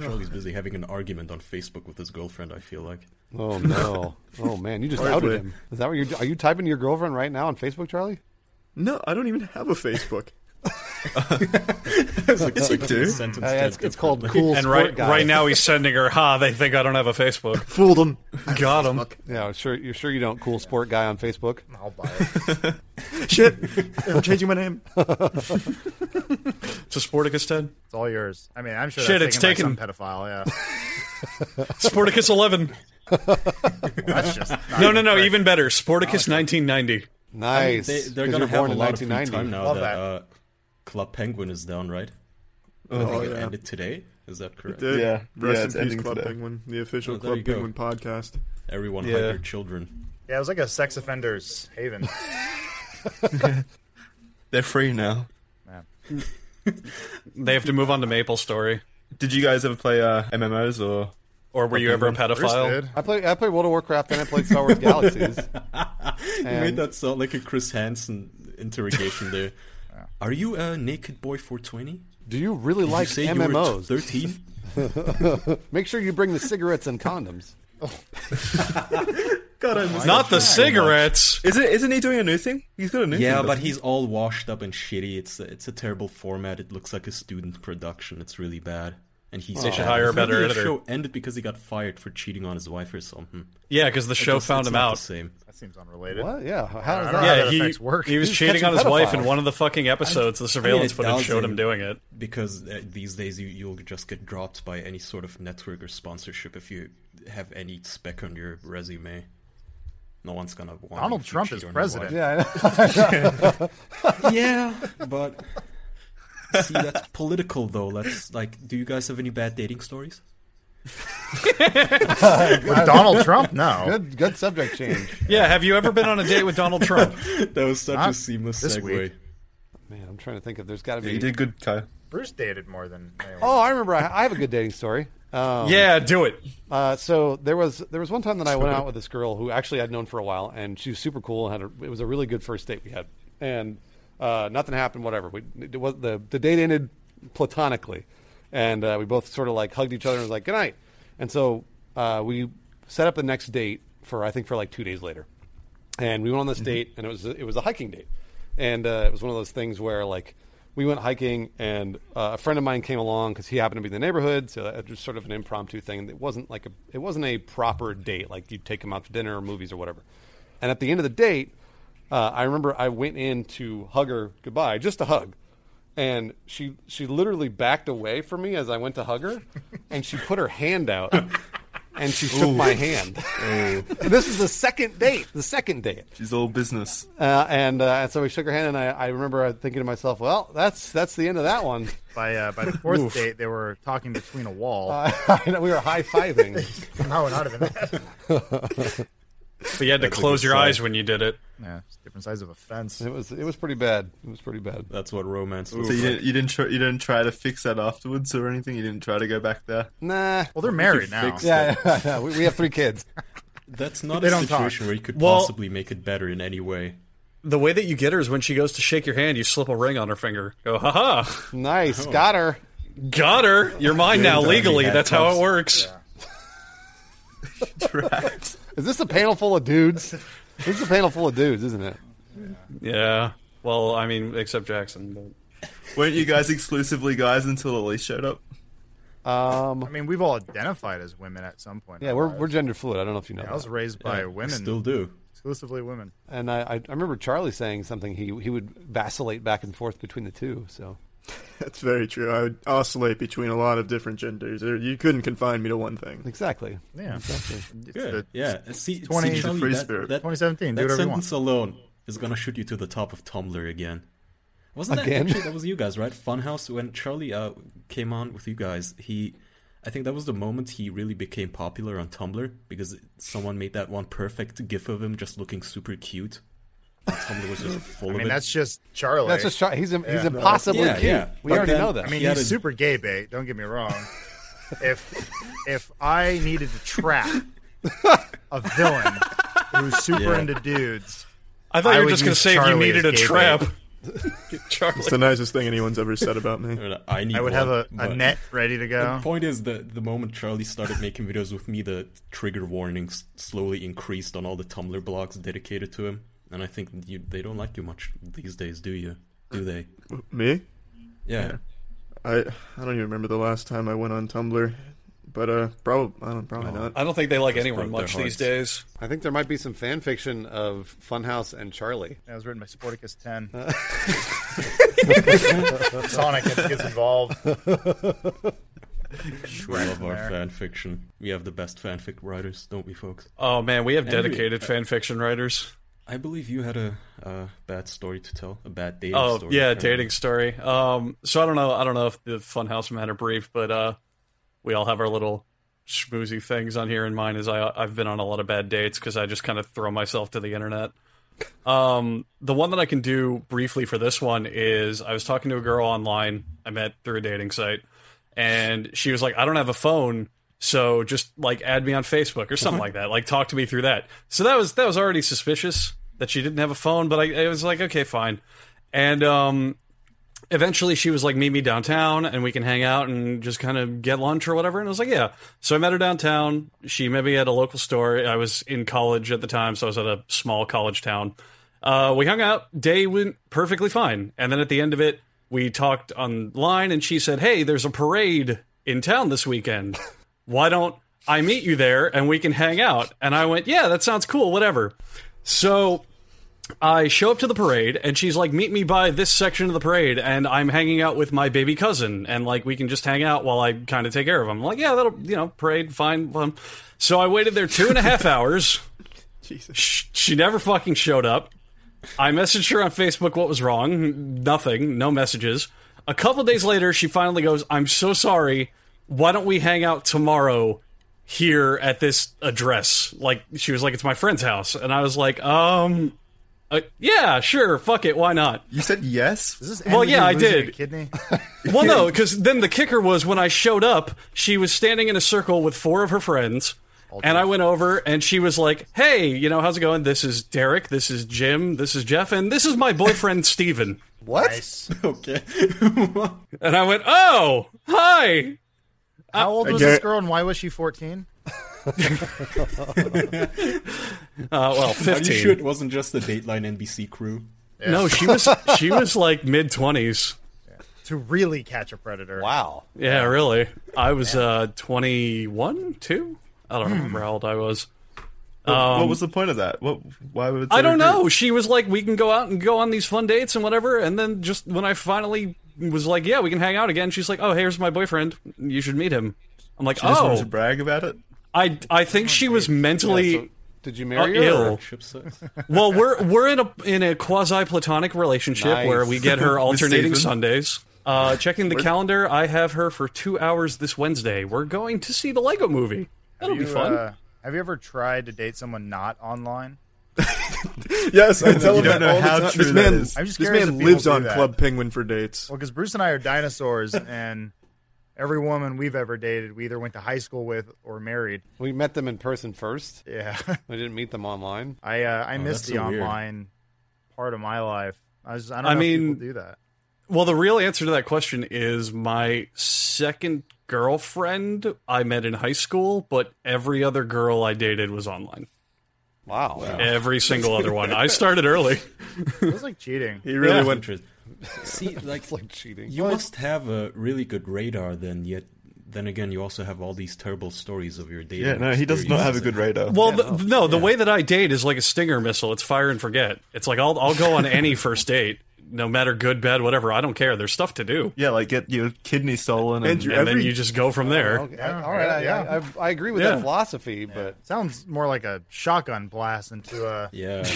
Charlie's busy having an argument on Facebook with his girlfriend. I feel like.
Oh no. Oh man, you just outed
Hardly.
him. Is that what you're? Are you typing to your girlfriend right now on Facebook, Charlie?
No, I don't even have a Facebook.
Yes, you do.
Sentence
Uh, yeah, it's,
typed *laughs*
it's called
differently.
cool.
And
Sport
right
Guy.
right now he's sending her, ha, they think I don't have a Facebook.
*laughs*
Fooled them.
Got him.
Yeah, sure. You're sure you don't cool sport guy on Facebook?
I'll buy it.
Shit. I'm changing
*laughs*
my name.
To Sporticus 10?
*laughs* It's all yours. I mean, I'm sure.
Shit,
that's
it's
taken by some pedophile. Yeah,
Sporticus 11.
that's just not
No, no, no,
correct.
even better. Sporticus 1990.
Nice.
They, they're
'Cause
gonna
you're
have
born
a
in
lot of free
1990.
time now
Love
that,
that.
Uh, Club Penguin is down, right? I
Oh,
think it
yeah.
ended today. Is that correct?
Dude,
Yeah. Yeah,
Rest
it's
in peace,
ending
Club
today.
Penguin, the official
Oh, there
Club
you go.
Penguin podcast.
Everyone
Yeah.
hide their children.
Yeah, it was like a sex offenders haven.
They're free now.
Man.
They have to move on to Maple Story.
Did you guys ever play uh, MMOs or?
Or were you ever a
Bruce
pedophile?
did.
I played I played World of Warcraft and I played
*laughs*
Star Wars Galaxies.
You made
And
that sound like a Chris Hansen interrogation there. *laughs* Are you a naked boy 420?
do you really
Did
like
you say you were
MMOs?
13?
Make sure you bring the cigarettes and
*laughs*
condoms.
God, I miss
Not the cigarettes.
Is it? Isn't he doing a new thing? He's got a new.
*laughs* yeah,
thing,
but
doesn't
he's all washed up and shitty. It's a, it's a terrible format. It looks like a student production. It's really bad. And he's
They should hire a better
Maybe the
editor.
show ended because he got fired for cheating on his wife or something.
Yeah, because the show
It's-
found
it's
him
not
out.
The same.
That seems unrelated.
What? Yeah. How
I
does
don't
that?
know.
Yeah,
that
he,
affects work.
he was
He's
cheating
catching
on his wife
pedophiles.
in one of the fucking episodes. The surveillance
it
footage
does
showed him
in-
doing it.
because uh, these days you, you'll just get dropped by any sort of network or sponsorship if you have any spec on your resume. No one's gonna want.
Donald
you to
Trump
cheat
is
on your
president.
Yeah, *laughs* I know.
*laughs*
wife. yeah, but see, that's political though. Let's like, do you guys have any bad dating stories? *laughs*
With Donald Trump? No.
good good subject change.
Yeah, have you ever been on a date with Donald Trump?
That was such
Not
a seamless
this
segue.
week.
Man, I'm trying to think if there's got to
he? Yeah, you
be.
did good,
*laughs*
Kyle.
Bruce dated more than. anyone.
Oh, I remember. I, I have a good dating story. Um,
yeah, do it.
Uh, so there was there was one time that I went out with this girl who actually I'd known for a while, and she was super cool. And had a, it was a really good first date we had, and uh, nothing happened. Whatever. We it was, the the date ended platonically, and uh, we both sort of like hugged each other and was like good night. And so uh, we set up the next date for I think for like two days later, and we went on this date, and it was it was a hiking date, and uh, it was one of those things where like we went hiking, and uh, a friend of mine came along because he happened to be in the neighborhood, so that was just sort of an impromptu thing. It wasn't like a it wasn't a proper date like you take him out to dinner or movies or whatever. And at the end of the date, uh, I remember I went in to hug her goodbye, just a hug, and she she literally backed away from me as I went to hug her, and she put her hand out. And she shook my hand. this is the second date. The second date.
She's all business.
Uh, and, uh, and so we shook her hand, and I, I remember uh, thinking to myself, "Well, that's that's the end of that *laughs* one."
By uh, by the fourth date, they were talking between a wall.
I know we were high fiving.
no,
*laughs*
not even that.
But you had to close your eyes when you did it.
Yeah, it's different size of a fence.
it was it was pretty bad. It was pretty bad.
That's what romance.
So
Looks
you
like.
didn't, you didn't try, you didn't try to fix that afterwards or anything. You didn't try to go back there.
Nah.
Well, they're married now.
fix
*laughs* Yeah, yeah, yeah. We, we have three kids.
That's not
They
a
don't talk.
situation where you could
Well-
possibly make it better in any way.
The way that you get her is when she goes to shake your hand, you slip a ring on her finger. Go, haha,
Nice, got her.
got her. You're mine now
Dirty
legally. That's how
handcuffs.
it works.
Trapped.
Is this a panel full of dudes? This is a panel full of dudes, isn't it?
Yeah. Well, I mean, except Jackson. But...
Weren't you guys exclusively guys until Elise showed up?
Um,
I mean, we've all identified as women at some point. in
yeah,
our
we're
lives.
we're gender fluid. I don't know if you know.
I was
that.
raised by women,
Still do.
exclusively women.
And I, I I remember Charlie saying something. He he would vacillate back and forth between the two. So
That's very true. I would oscillate between a lot of different genders. There- You couldn't confine me to one thing.
exactly.
Yeah,
Exactly.
It's
Good.
the-
Yeah. and See,
20
see
is a
Charlie,
free
that,
spirit.
that-
2017, do
That
whatever you want.
sentence alone is gonna shoot you to the top of Tumblr again. Wasn't
Again?
that actually that was you guys, right? Funhouse when Charlie uh, came on with you guys, he I think that was the moment he really became popular on Tumblr because someone made that one perfect gif of him just looking super cute. And Tumblr was just full
*laughs* I
of
mean,
it.
that's just Charlie.
That's just Char- he's im- he's
Yeah.
impossibly
Yeah,
cute.
yeah.
We
But
already
then-
know that.
I mean,
He had
he's
a-
super gay bait. Don't get
*laughs*
me wrong. if if I needed to
*laughs*
trap a villain who's super
Yeah.
into dudes,
I thought
I
you were
would
just going to
use
say if you
Charlie
needed
as
a
gay
trap.
bait. *laughs*
Charlie.
It's the nicest thing anyone's ever said about me.
I need
I would
one,
have a, a
but-
net ready
The
to go.
point is that the moment Charlie started making videos with me, the trigger warnings slowly increased on all the Tumblr blogs dedicated to him. And I think you, they don't like you much these days, do you? Do
*laughs*
they?
Me?
Yeah.
I I don't even remember the last time I went on Tumblr, but uh, probably I don't probably
*laughs*
not.
I don't think they like anyone
broke their
much these
hearts.
days.
I think there might be some fan fiction of Funhouse and Charlie.
That was written by Sporticus
*laughs*
Ten. *laughs* Sonic gets gets involved.
We love our
there.
fan fiction. We have the best fanfic writers, don't we, folks?
Oh man, we have
Andrew,
dedicated fan fiction writers.
I believe you had a uh, bad story to tell, a bad dating
Oh
story.
yeah,
apparently.
dating story. Um, so I don't know. I don't know if the Funhouse men are brief, but uh, we all have our little schmoozy things on here. And mine is I I've been on a lot of bad dates because I just kind of throw myself to the internet. Um, the one that I can do briefly for this one is I was talking to a girl online I met through a dating site, and she was like, "I don't have a phone." So just like add me on Facebook or something like that. Like talk to me through that. So that was that was already suspicious that she didn't have a phone, but I it was like okay, fine. And um, eventually she was like, meet me downtown and we can hang out and just kind of get lunch or whatever. And I was like, yeah. So I met her downtown. She met me at a local store. I was in college at the time, so I was at a small college town. Uh, we hung out. Day went perfectly fine. And then at the end of it, we talked online and she said, hey, there's a parade in town this weekend. *laughs* Why don't I meet you there and we can hang out? And I went, yeah, that sounds cool, whatever. So I show up to the parade, and she's like, "Meet me by this section of the parade," and I'm hanging out with my baby cousin, and like we can just hang out while I kind of take care of him. I'm like, yeah, that'll you know, parade, fine, fun. So I waited there two and a half hours.
Jesus.
Sh- She never fucking showed up. I messaged her on Facebook what was wrong. Nothing. No messages. A couple days later, she finally goes, I'm so sorry. Why don't we hang out tomorrow here at this address? Like, she was like, it's my friend's house. And I was like, um, uh, yeah, sure. Fuck it. Why not?
You said yes.
Does this
Well,
end with
yeah,
you
I
losing a
did. *laughs*
Kidney.
Well, no, because then the kicker was when I showed up, she was standing in a circle with four of her friends. And I went over and she was like, hey, you know, how's it going? This is Derek. This is Jim. This is Jeff. And this is my boyfriend, Steven.
What?
Nice.
*laughs* Okay. *laughs*
And I went, oh, hi.
How old was
get
this
it.
girl, and why was she 14?
Uh, well,
Are you sure
15.
it wasn't just the Dateline NBC crew?
No, she was she was like mid 20s.
To really catch a predator.
Wow.
Yeah, really. I was uh 21, 2? I don't remember how old I was.
what was the point of that? What? Why would
Um, I don't
someone do-
know. She was like, we can go out and go on these fun dates and whatever. And then just when I finally was like, yeah, we can hang out again, she's like, oh, here's my boyfriend. You should meet him. I'm like,
I just wanted to
oh,
brag about it.
I, I think she was mentally.
So, did you marry
Uh,
her?
ill.
or-
*laughs*
Ship sucks.
well, we're we're in a in a quasi platonic relationship
Nice.
where we get her alternating
Stephen.
Sundays. Uh, checking the calendar, I have her for two hours this Wednesday. We're going to see the Lego Movie. That'll be
You,
fun.
uh, have you ever tried to date someone not online?
Yes, I tell
You
him
don't
that
know
all
how
the time.
true
This
that
man,
is.
I'm just
this
curious
man
if people
lives
do
on
that.
Club Penguin for dates.
Well, because Bruce and I are *laughs* dinosaurs, and every woman we've ever dated, we either went to high school with or married.
We met them in person first.
Yeah, *laughs*
We didn't meet them online.
I uh,
Oh,
I miss
that's
the
so weird.
online part of my life. I was I don't
I
know
mean-
if people
*laughs*
do that.
Well, the real answer to that question is my second girlfriend I met in high school, but every other girl I dated was online.
Wow. *laughs*
Every single other one. I started early.
It was like cheating.
He really
Yeah.
went.
See, like,
It's like cheating.
you must have a really good radar then, yet then again, you also have all these terrible stories of your dating.
Yeah, no, he does not have a good
experiences.
radar.
Well, the, no, the way that I date is like a stinger missile. It's fire and forget. It's like I'll I'll go on any first date, no matter good, bad, whatever. I don't care. There's stuff to do,
yeah, like get your kidney stolen and,
Andrew,
and then
Every-
you just go from there.
Okay,
Yeah,
all right,
yeah,
I, I, I agree with
Yeah.
that philosophy, but
Sounds more like a shotgun blast into a,
Yeah,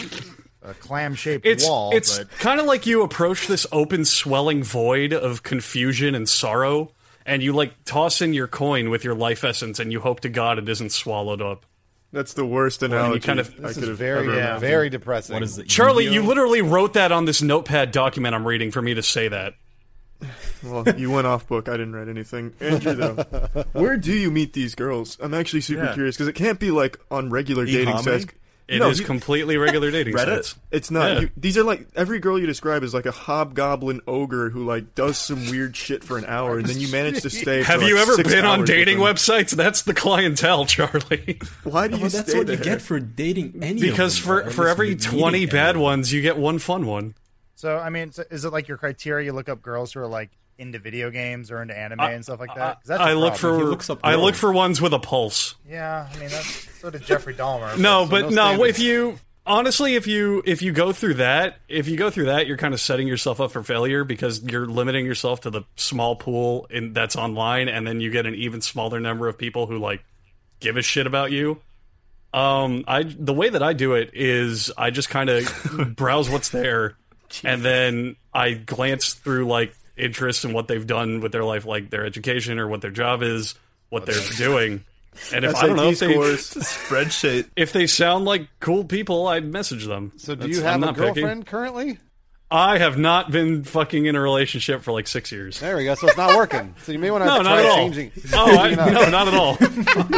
a clam shaped
It's
wall.
it's
but
kind of like you approach this open, swelling void of confusion and sorrow, and you like toss in your coin with your life essence, and you hope to God it isn't swallowed up.
That's the worst
you
analogy
kind of-
I
this
could
is
have
very,
ever
yeah.
imagined.
very depressing.
what is it?
Charlie, you
Yu-Gi-Oh?
literally wrote that on this notepad document I'm reading for me to say that.
Well, you went off book. I didn't read anything.
*laughs*
Andrew, though, where do you meet these girls? I'm actually super
Yeah.
curious because it can't be like on regular dating
E-harmony?
sites.
It is
No, you-
completely regular dating
Reddit?
sites.
It's not.
Yeah.
You, these are like every girl you describe is like a hobgoblin ogre who like does some weird shit for an hour, and then you manage to stay. for,
Have
like,
you ever
six
been on
hours with
dating
them.
websites? That's the clientele, *laughs* Charlie.
Why do you
Well, that's
stay
what you
there?
get for dating any. of
because
them,
for,
or at
for
least
every
meeting
20 bad
anyone.
ones, you get one fun one.
so I mean, so is it like your criteria? You look up girls who are like into video games or into anime and stuff like that. 'Cause that's a
I look
problem.
for
He looks up
I look
girls.
for ones with a pulse.
yeah. I mean, that's so did Jeffrey Dahmer.
*laughs* No, but
no
no,
standards.
if you honestly if you if you go through that, if you go through that, you're kind of setting yourself up for failure because you're limiting yourself to the small pool in that's online and then you get an even smaller number of people who like give a shit about you. Um I the way that I do it is I just kind *laughs* of browse what's there and then I glance through like interests and what they've done with their life like their education or what their job is, what they're doing. And if I don't know
SAT
if they
*laughs*
scores.
spreadsheet.
if they sound like cool people, I message them.
so, do
That's-
you
I'm
have a
not picky.
girlfriend currently?
I have not been fucking in a relationship for like six years.
There we go. So it's not working. So you may want to
No, not
try
at all.
changing.
*laughs* Oh, I,
*laughs*
no, not at all.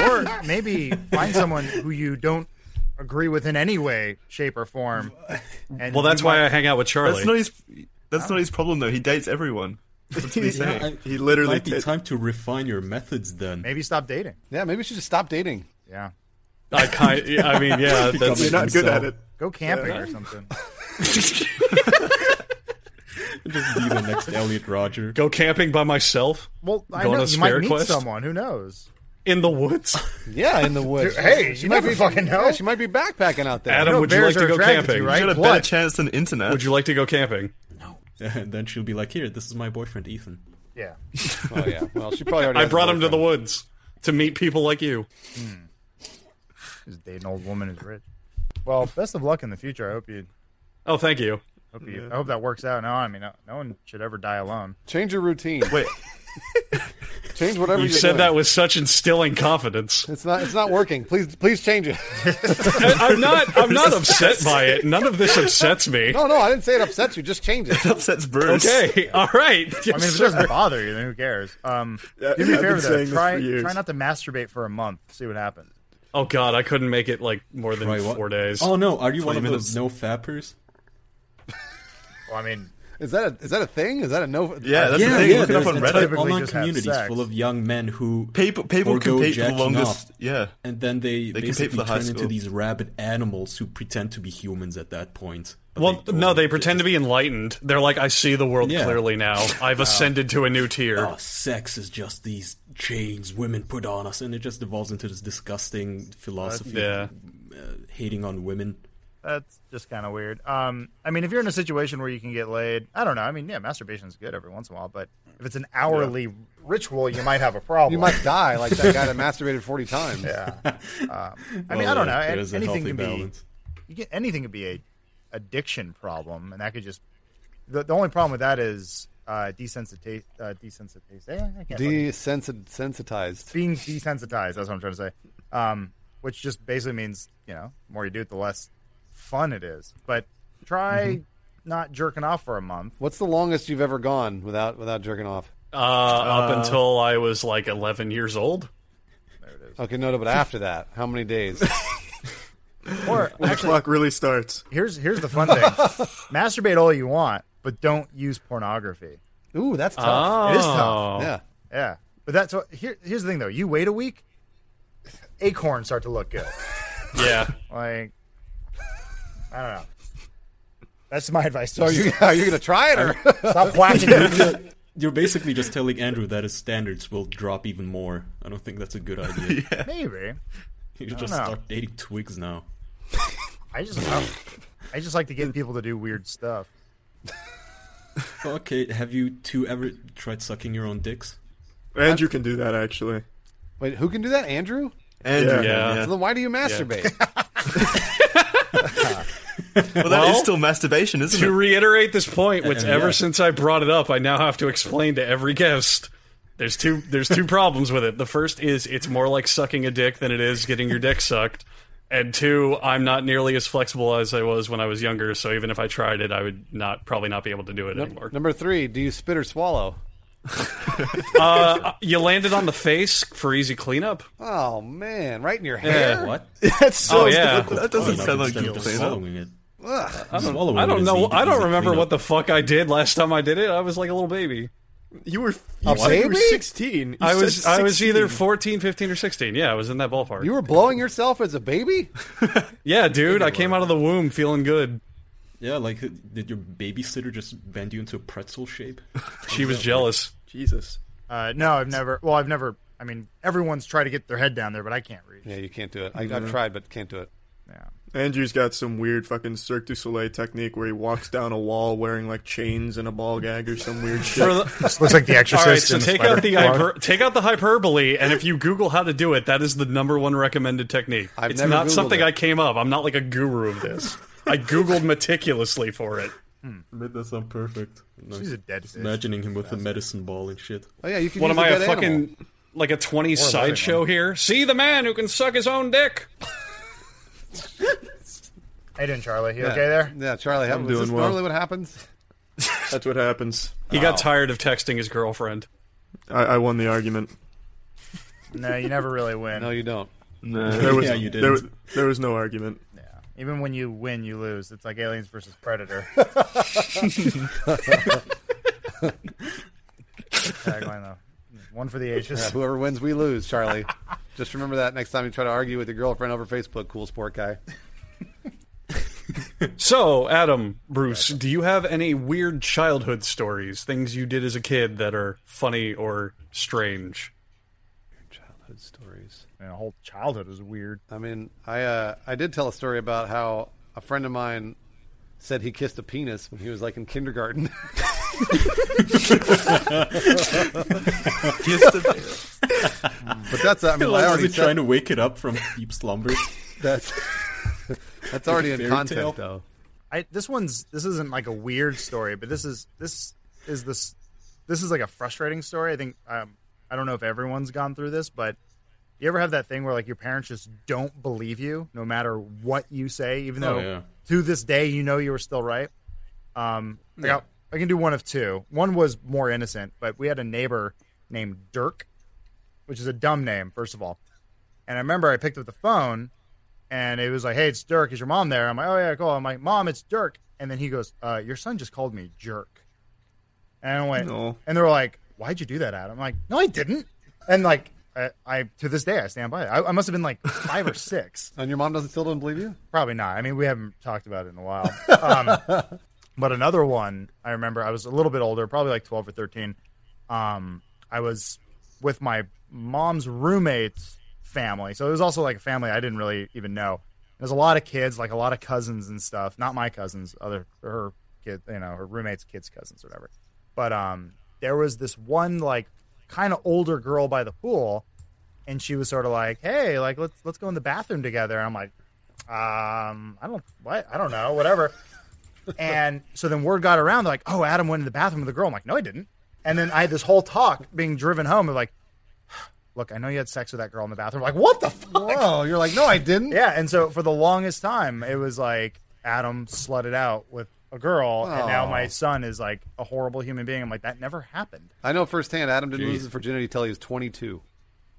or maybe find someone who you don't agree with in any way, shape, or form. And
Well, that's
you might-
why I hang out with
That's not
Charlie.
his. That's not his problem though. He dates everyone. That's
*laughs*
what he's saying.
Yeah, I-
He literally
Might be
did.
time to refine your methods then.
maybe stop dating.
Yeah, maybe we should just stop dating.
Yeah,
I kind. I mean, yeah, that's
You're not good
So-
at it.
go camping or something.
Just *laughs* be the next Elliot Roger.
go camping by myself
Well, I
Go on
know
a
you might
spirit
meet
quest?
someone. Who knows?
in the woods.
Yeah,
*laughs*
in the woods.
Dude, hey, you never fucking know.
yeah, she might be backpacking out there.
Adam,
know
would you like
bears
to
are
go
attracted to
camping?
you,
You
right?
got a better
What?
chance than internet.
Would you like to go camping?
*laughs* And then she'll be like, "Here, this is my boyfriend Ethan."
Yeah.
Oh yeah. Well, she probably already.
I
has a
brought him to the
boyfriend.
woods to meet people like you.
Just date an old woman who's rich. Well, best of luck in the future. I hope you
Oh, thank you.
hope you I hope that works out. No, I mean no, no one should ever die alone.
Change your routine.
Wait,
*laughs* Change whatever
You
you're
said
doing.
that with such instilling confidence.
*laughs* It's not. It's not working. Please, please change it. *laughs*
I, am not. I'm not upset by it. None of this upsets me.
No, no, I didn't say it upsets you. Just change it.
*laughs*
it upsets Bruce.
Okay. All right.
I mean, if
*laughs*
it doesn't bother you, then who cares? Um,
Yeah,
do me a
I've been
favor though.
saying this
Try
for years.
try not to masturbate for a month. See what happens.
Oh God, I couldn't make it like more than
Right, what-
four days.
Oh no, are you one of
20
those no fappers?
Well, I mean,
Is that a is that a thing? Is that a no?
Yeah, that's
yeah,
the thing.
yeah.
Look it up
There's
on
an
Reddit.
entire
Typically
online
just have
communities
sex.
full of young men who
People people
forego
compete for the
jacking
longest.
off,
Yeah,
and then they,
compete for
basically
the high
turn into
school.
these rabid animals who pretend to be humans at that point. But
well,
don't.
no, they pretend to be enlightened. They're like, I see the world
Yeah.
clearly now. I've ascended to a new tier.
Oh, sex is just these chains women put on us, and it just evolves into this disgusting philosophy
yeah.
of uh, hating on women.
that's just kind of weird. Um, I mean, if you're in a situation where you can get laid, I don't know. I mean, yeah, masturbation's good every once in a while, but if it's an hourly ritual, you might have a problem.
You might die like that guy that masturbated forty times.
Yeah. Um, I mean, I don't know.
There's a
Anything
healthy
can be.
balance.
you get anything could be a addiction problem, and that could just the, the only problem with that is uh, desensitization. Uh, desensitization. I can't fucking-
Desensit- sensitized.
being desensitized. That's what I'm trying to say. Um, which just basically means you know the more you do it, the less fun it is. But try not jerking off for a month.
What's the longest you've ever gone without without jerking off?
Uh, up until I was like 11 years old.
Okay, no, no, but after that, how
*laughs*
many days?
Or
The clock really starts.
here's here's the fun thing: masturbate all you want, but don't use pornography.
Ooh, that's tough.
Oh,
It is tough.
Yeah. *laughs*
Yeah, but that's what. Here, here's the thing though: you wait a week, acorns start to look good.
yeah.
Like, I don't know. That's my advice. To *laughs*
Are you are you gonna try it or
stop whacking.
You're basically just telling Andrew that his standards will drop even more. I don't think that's a good idea.
Maybe.
You just
know.
start dating twigs now.
I just I just like to get people to do weird stuff.
Okay, have you two ever tried sucking your own dicks?
Andrew can do
*laughs*
that actually.
Wait, who can do that? Andrew?
Andrew,
Yeah.
yeah.
So then why do you masturbate?
Well, that is still masturbation, isn't
To
it?
reiterate this point, which
And
ever
yeah.
since I brought it up, I now have to explain to every guest. There's two. There's two problems with it. The first is it's more like sucking a dick than it is getting your dick sucked. And two, I'm not nearly as flexible as I was when I was younger. So even if I tried it, I would not probably not be able to do it anymore.
Number three, do you spit or swallow?
Uh, you landed on the face for easy cleanup.
Oh man, right in your hair.
What?
That's so
Oh, yeah.
That
Oh, you
doesn't
know,
sound like
instead
you
of just
clean up.
swallowing it. Uh,
Ugh.
Swallowing
I
it
don't
is
know.
easy-
I don't
easy
remember
cleanup.
what the fuck I did last time I did it. I was like a little baby.
You were you
Oh,
A
said you were
baby?
sixteen. You
I
said
was I was either
16.
14, 15, or 16. Yeah, I was in that ballpark.
You were blowing yourself as a baby?
yeah, dude, I came out of the womb feeling good.
Yeah, like did your babysitter just bend you into a pretzel shape?
She was jealous.
Jesus.
Uh, no, I've never. Well, I've never. I mean, everyone's tried to get their head down there, but I can't reach.
Yeah, you can't do it. I, I've tried, but can't do it.
Yeah.
Andrew's got some weird fucking Cirque du Soleil technique where he walks down a wall wearing like chains and a ball gag or some weird
For
shit.
*laughs* the-
Looks *laughs* like The
all
Exorcist.
right, so
and
take
Spider-
out the hyper, take out the hyperbole, and if you Google how to do it, that is the number one recommended technique.
I've
it's
never
not
Googled
something
it.
I came up. I'm not like a guru of this. I Googled meticulously for it.
Made that sound perfect. Nice.
She's a dead fish.
Imagining him with a medicine ball and shit.
Oh yeah, you can.
What
use
am I
a
a
dead
fucking
animal.
like a 20s
living
sideshow here? See the man who can suck his own dick.
Hey, didn't Charlie. You
Yeah.
okay there?
Yeah, Charlie. I'm
doing
doing
well.
Normally, what happens?
That's what happens.
He got tired of texting his girlfriend.
I, I won the argument.
*laughs* No, you never really win.
No, you don't.
There was,
yeah, you did.
There, was- there was no argument.
yeah. Even when you win, you lose. It's like Aliens versus Predator. *laughs* Tagline though. One for the
Yeah,
ages.
whoever wins, we lose, Charlie. *laughs* Just remember that next time you try to argue with your girlfriend over Facebook, cool sport guy.
So, Adam, Bruce, do you have any weird childhood stories, things you did as a kid that are funny or strange?
Childhood stories.
Man, the whole childhood was weird.
I mean, I uh, I did tell a story about how a friend of mine said he kissed a penis when he was like in kindergarten. *laughs*
Yes,
*laughs*
the-
but that's I mean,
Like,
I
was
already
it trying
said
to wake it up from deep
*laughs*
slumber?
that's *laughs* that's already in
fairy
content
tale?
though.
I this one's this isn't like a weird story, but this is this is this this is like a frustrating story. I think um, I don't know if everyone's gone through this, but you ever have that thing where like your parents just don't believe you no matter what you say, even
Oh,
though
yeah.
to this day you know you were still right. Um, I, got- I can do one of two. One was more innocent, but we had a neighbor named Dirk, which is a dumb name, first of all. And I remember I picked up the phone and it was like, "Hey, it's Dirk. Is your mom there?" I'm like, "Oh yeah, cool." I'm like, "Mom, it's Dirk." And then he goes, uh, "Your son just called me jerk." And I went,
No.
and they were like, "Why'd you do that, Adam?" I'm like, "No, I didn't." And like, I, I to this day I stand by it. I, I must have been like five or *laughs* six,
And your mom doesn't still don't believe you?
probably not. I mean, we haven't talked about it in a while. Um, but another one, I remember I was a little bit older, probably like twelve or thirteen. Um, I was with my mom's roommate's family, so it was also like a family I didn't really even know. There's a lot of kids, like a lot of cousins and stuff. Not my cousins, other her kid, you know, her roommate's kids' cousins, or whatever. But um, there was this one like kind of older girl by the pool, and she was sort of like, "Hey, like let's let's go in the bathroom together." And I'm like, um, I don't what I don't know, whatever. *laughs* and so then word got around, they're like, oh, Adam went in the bathroom with a girl. I'm like, no, I didn't. And then I had this whole talk being driven home of like, *sighs* look, I know you had sex with that girl in the bathroom. like, what the fuck?
Whoa! You're like, no, I didn't.
*laughs* Yeah, and so for the longest time, it was like Adam slutted out with a girl, and now
Aw.
my son is like a horrible human being. I'm like, that never happened.
I know firsthand. Adam didn't lose his virginity till he was 22.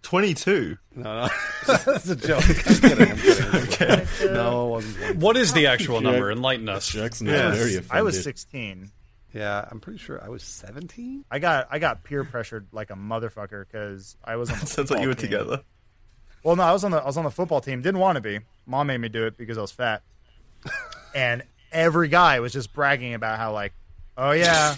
22.
No, no, *laughs* that's a joke. I'm kidding. I'm kidding. *laughs* No, it wasn't.
What is *laughs* the actual number? Enlighten us.
Jackson
Yes.
is very offended.
I was 16.
Yeah, I'm pretty sure I was 17.
I got I got peer pressured like a motherfucker because I was
*laughs*
on
*laughs*
the
Sounds like
football
you were
team.
together.
Well, no, I was on the I was on the football team. Didn't want to be. Mom made me do it because I
*laughs*
was fat.
*laughs*
and every guy was just bragging about how like, oh yeah,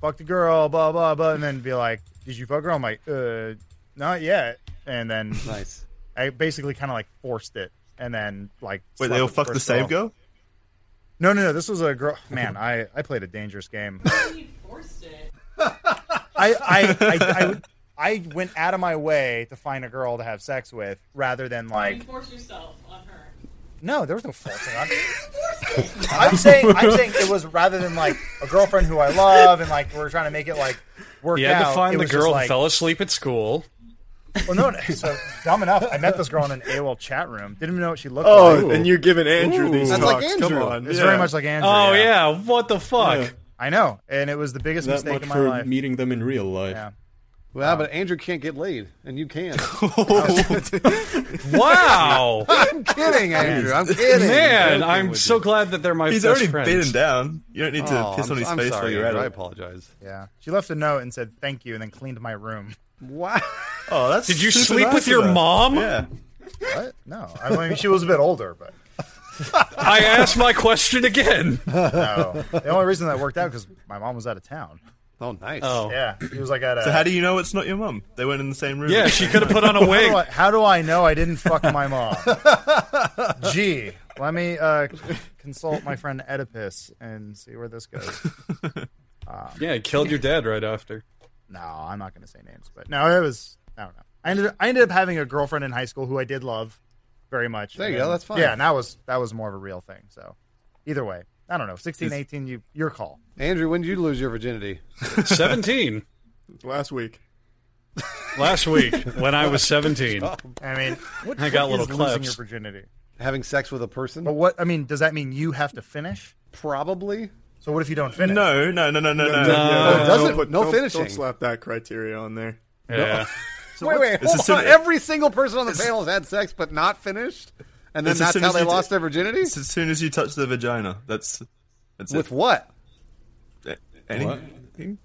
fuck the girl, blah blah blah, and then be like, "Did you fuck a girl?" I'm like, "Uh, not yet." And
*laughs*
then
Nice.
I basically kind of like forced it, and then like
Wait,
slept
they all
with
fuck the
first
same
girl.
girl?
No, no, no. This was a girl.
*laughs*
Man, I I played a dangerous game.
You forced it.
I I, I, I I went out of my way to find a girl to have sex with, rather than
You
like,
forced yourself on her.
no, there was no forcing. on I'm saying I'm saying it was rather than like a girlfriend who I love and like we're trying to make it like work
You had
out.
to find
it
the
was just
girl
like,
who fell asleep at school.
Well, no, no, so dumb enough. I met this girl in an AOL chat room. Didn't even know what she looked
Oh,
like.
and you're giving Andrew
Ooh.
these
That's
talks.
like
Come
Andrew.
on,
It's
yeah.
very much like Andrew.
Oh yeah, what the fuck?
I know, and it was the biggest
That
mistake
much
in my
for
life.
meeting them in real life.
Yeah.
Well, but Andrew can't get laid, and you *laughs* can.
*laughs* Wow,
I'm kidding, Andrew. *laughs* I'm kidding.
man,
joking
I'm
with
so
you.
glad that they're my
He's
best
already
friends.
beaten down. You don't need to
Oh,
piss
I'm,
on his
I'm
face while
sorry,
you're
Andrew, I
at it.
apologize.
Yeah. She left a note and said thank you and then cleaned my room.
Wow.
Oh, that's
Did you
super
sleep
nice
with
of
your
her.
mom?
Yeah.
What? No. I mean, she was a bit older, but
*laughs* I asked my question again.
no. The only reason that worked out because my mom was out of town.
Oh, nice.
Oh,
Yeah. She was like at a.
So how do you know it's not your mom? They went in the same room.
yeah, she could have put on a
how, do
wig.
I, how do I know I didn't fuck my mom? Gee, let me uh, consult my friend Oedipus and see where this goes.
Yeah, he killed your dad right after.
No, I'm not going to say names, but no, it was I don't know. I ended I ended up having a girlfriend in high school who I did love very much.
There you
And
go,
then-
that's fine.
Yeah, and that was that was more of a real thing. So either way, I don't know. 16, 18, you your call.
Andrew, when did you lose your virginity?
Seventeen
Last week.
last week when I was seventeen.
I mean, what,
I got
what
little
is losing
clips.
your virginity.
Having sex with a
But
person?
what I mean, does that mean you have to finish?
Probably.
So what if you don't finish?
No, no, no, no, no, no.
No.
don't
doesn't- no
don't-
finishing.
Don't slap that criteria on there. *laughs*
Yeah.
wait, wait,
It's
hold
as
on.
soon-
Every single person on the panel has had sex but not finished, and then
It's as
that's
soon
how
as
they
you do-
lost their virginity.
It's as soon as you touch the vagina. That's that's
With
it.
what?
Any-
What?
Anything.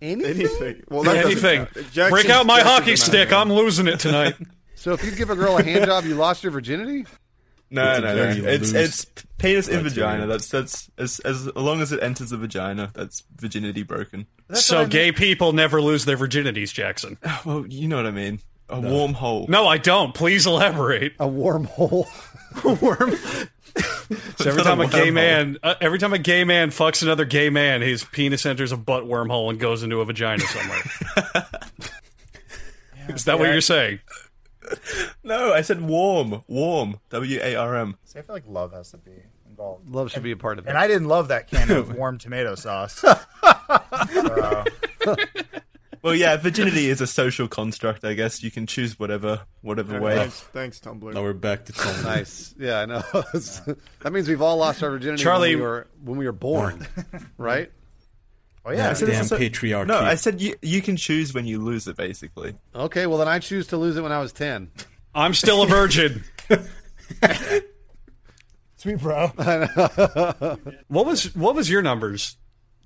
Anything. Well, that doesn't
Anything.
count. Jackson-
Break out my
Jackson's
hockey
not
stick.
there.
I'm losing it tonight.
So if you give a girl a hand job, you lost your virginity.
No,
It's a
no,
very
no. It's
loose
it's penis in
criteria.
vagina. That's that's as as long as it enters the vagina, that's virginity broken.
so gay people never lose their virginities, Jackson.
Well, Oh, you know what I mean. A warm hole.
No, I don't. Please elaborate.
A wormhole.
worm. so every
*laughs* Not a
time a gay
wormhole.
man, uh, every time a gay man fucks another gay man, his penis enters a butt wormhole and goes into a vagina somewhere.
*laughs*
Is that what
Yeah.
you're saying?
No, I said warm. Warm. W A R M.
*laughs* See, I feel like love has to be involved.
Love should be a part of it.
And I didn't love that can of warm tomato *laughs* sauce. Oh, So,
Well, yeah, virginity is a social construct. I guess you can choose whatever whatever way.
Thanks, thanks, Tumblr.
Now we're back to Tom.
nice. Yeah, I know. *laughs* that means we've all lost our virginity.
Charlie-
when we were, when we were born, right?
oh yeah,
I said it's
Damn
a so-
patriarchy. *laughs*
No, I said you you can choose when you lose it. Basically,
Okay. Well, then I choose to lose it when I was ten.
I'm still a virgin.
*laughs* sweet bro.
*laughs* What was what was your numbers,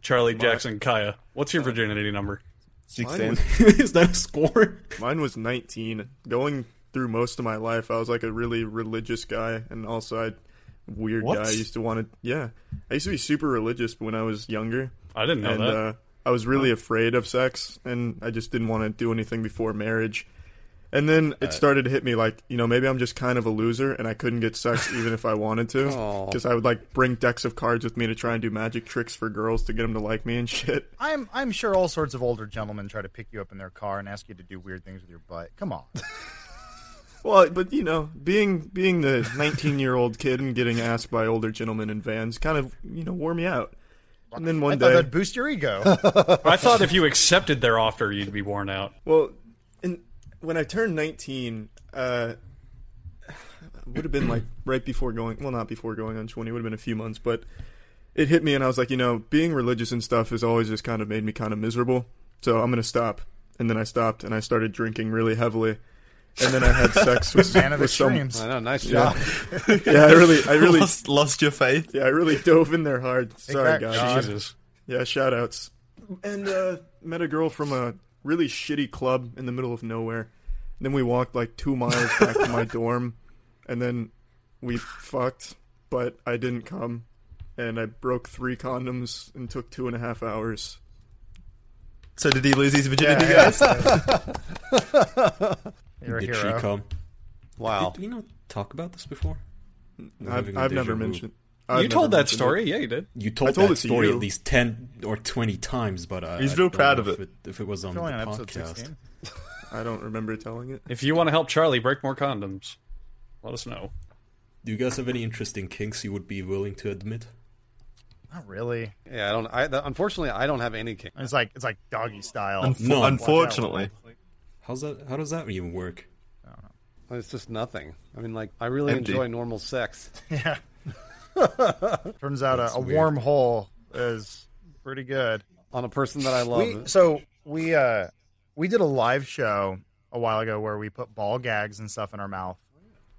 Charlie Jackson Kaya? What's your virginity number?
sixteen.
*laughs* Is that a score?
Mine was 19. Going through most of my life, I was like a really religious guy, and also I weird
What?
guy. I used to want to, yeah, I used to be super religious when I was younger,
I didn't know
and
that.
uh, I was really afraid of sex, and I just didn't want to do anything before marriage. And then
Uh,
it started to hit me like, you know, maybe I'm just kind of a loser and I couldn't get sex even if I wanted
*laughs*
to.
Aw.
Because I would like bring decks of cards with me to try and do magic tricks for girls to get them to like me and shit.
I'm I'm sure all sorts of older gentlemen try to pick you up in their car and ask you to do weird things with your butt. Come on. Oh,
Well, but you know, being being the 19 year old kid and getting asked by older gentlemen in vans kind of you know wore me out. And then
I
one
thought
day,
that'd boost your ego.
I thought if you accepted their offer, you'd be worn out.
well, and when I turned 19, uh, would have been like right before going. Well, not before going on 20. It would have been a few months, but it hit me, and I was like, you know, being religious and stuff has always just kind of made me kind of miserable. So I'm gonna stop. And then I stopped, and I started drinking really heavily. And then I
*laughs*
had sex with,
Man of
with some.
extremes.
I know. Nice job.
*laughs* Yeah, I really, I really
lost, lost your faith.
Yeah, I really *laughs* dove in there hard. Sorry,
that,
guys.
God.
Jesus.
Yeah, shout outs. And uh, met a girl from a really shitty club in the middle of nowhere. And then we walked like two miles back to *laughs* my dorm. And then we fucked, but I didn't come. And I broke three condoms and took two and a half hours.
So did he lose his
Yeah,
virginity,
*laughs* yeah, *laughs*
guys?
You're a
Did
hero.
she come?
Wow.
Did we not talk about this before? I'm having
I've,
a
I've
deja
never
vu.
mentioned. I've
you
never
told that
mentioned
story, yeah, you did.
You told,
told
that
it to
story
you.
at least ten or twenty times, but I,
He's
I
real
don't
proud
know if
of it.
If it was on the
Only on episode
podcast,
16.
it. I don't remember telling it.
If you want to help Charlie break more condoms, let us know.
do you guys have any interesting kinks you would be willing to admit?
Not really.
Yeah, I don't. I that, unfortunately I don't have any king.
It's like it's like doggy style.
Unf-
No.
Unfortunately.
How's that? How does that even work?
It's just nothing. I mean, like I really
Empty.
enjoy normal sex.
yeah. Turns out a, a
weird.
warm hole is pretty good.
on a person that I love.
We, so we uh we did a live show a while ago where we put ball gags and stuff in our mouth.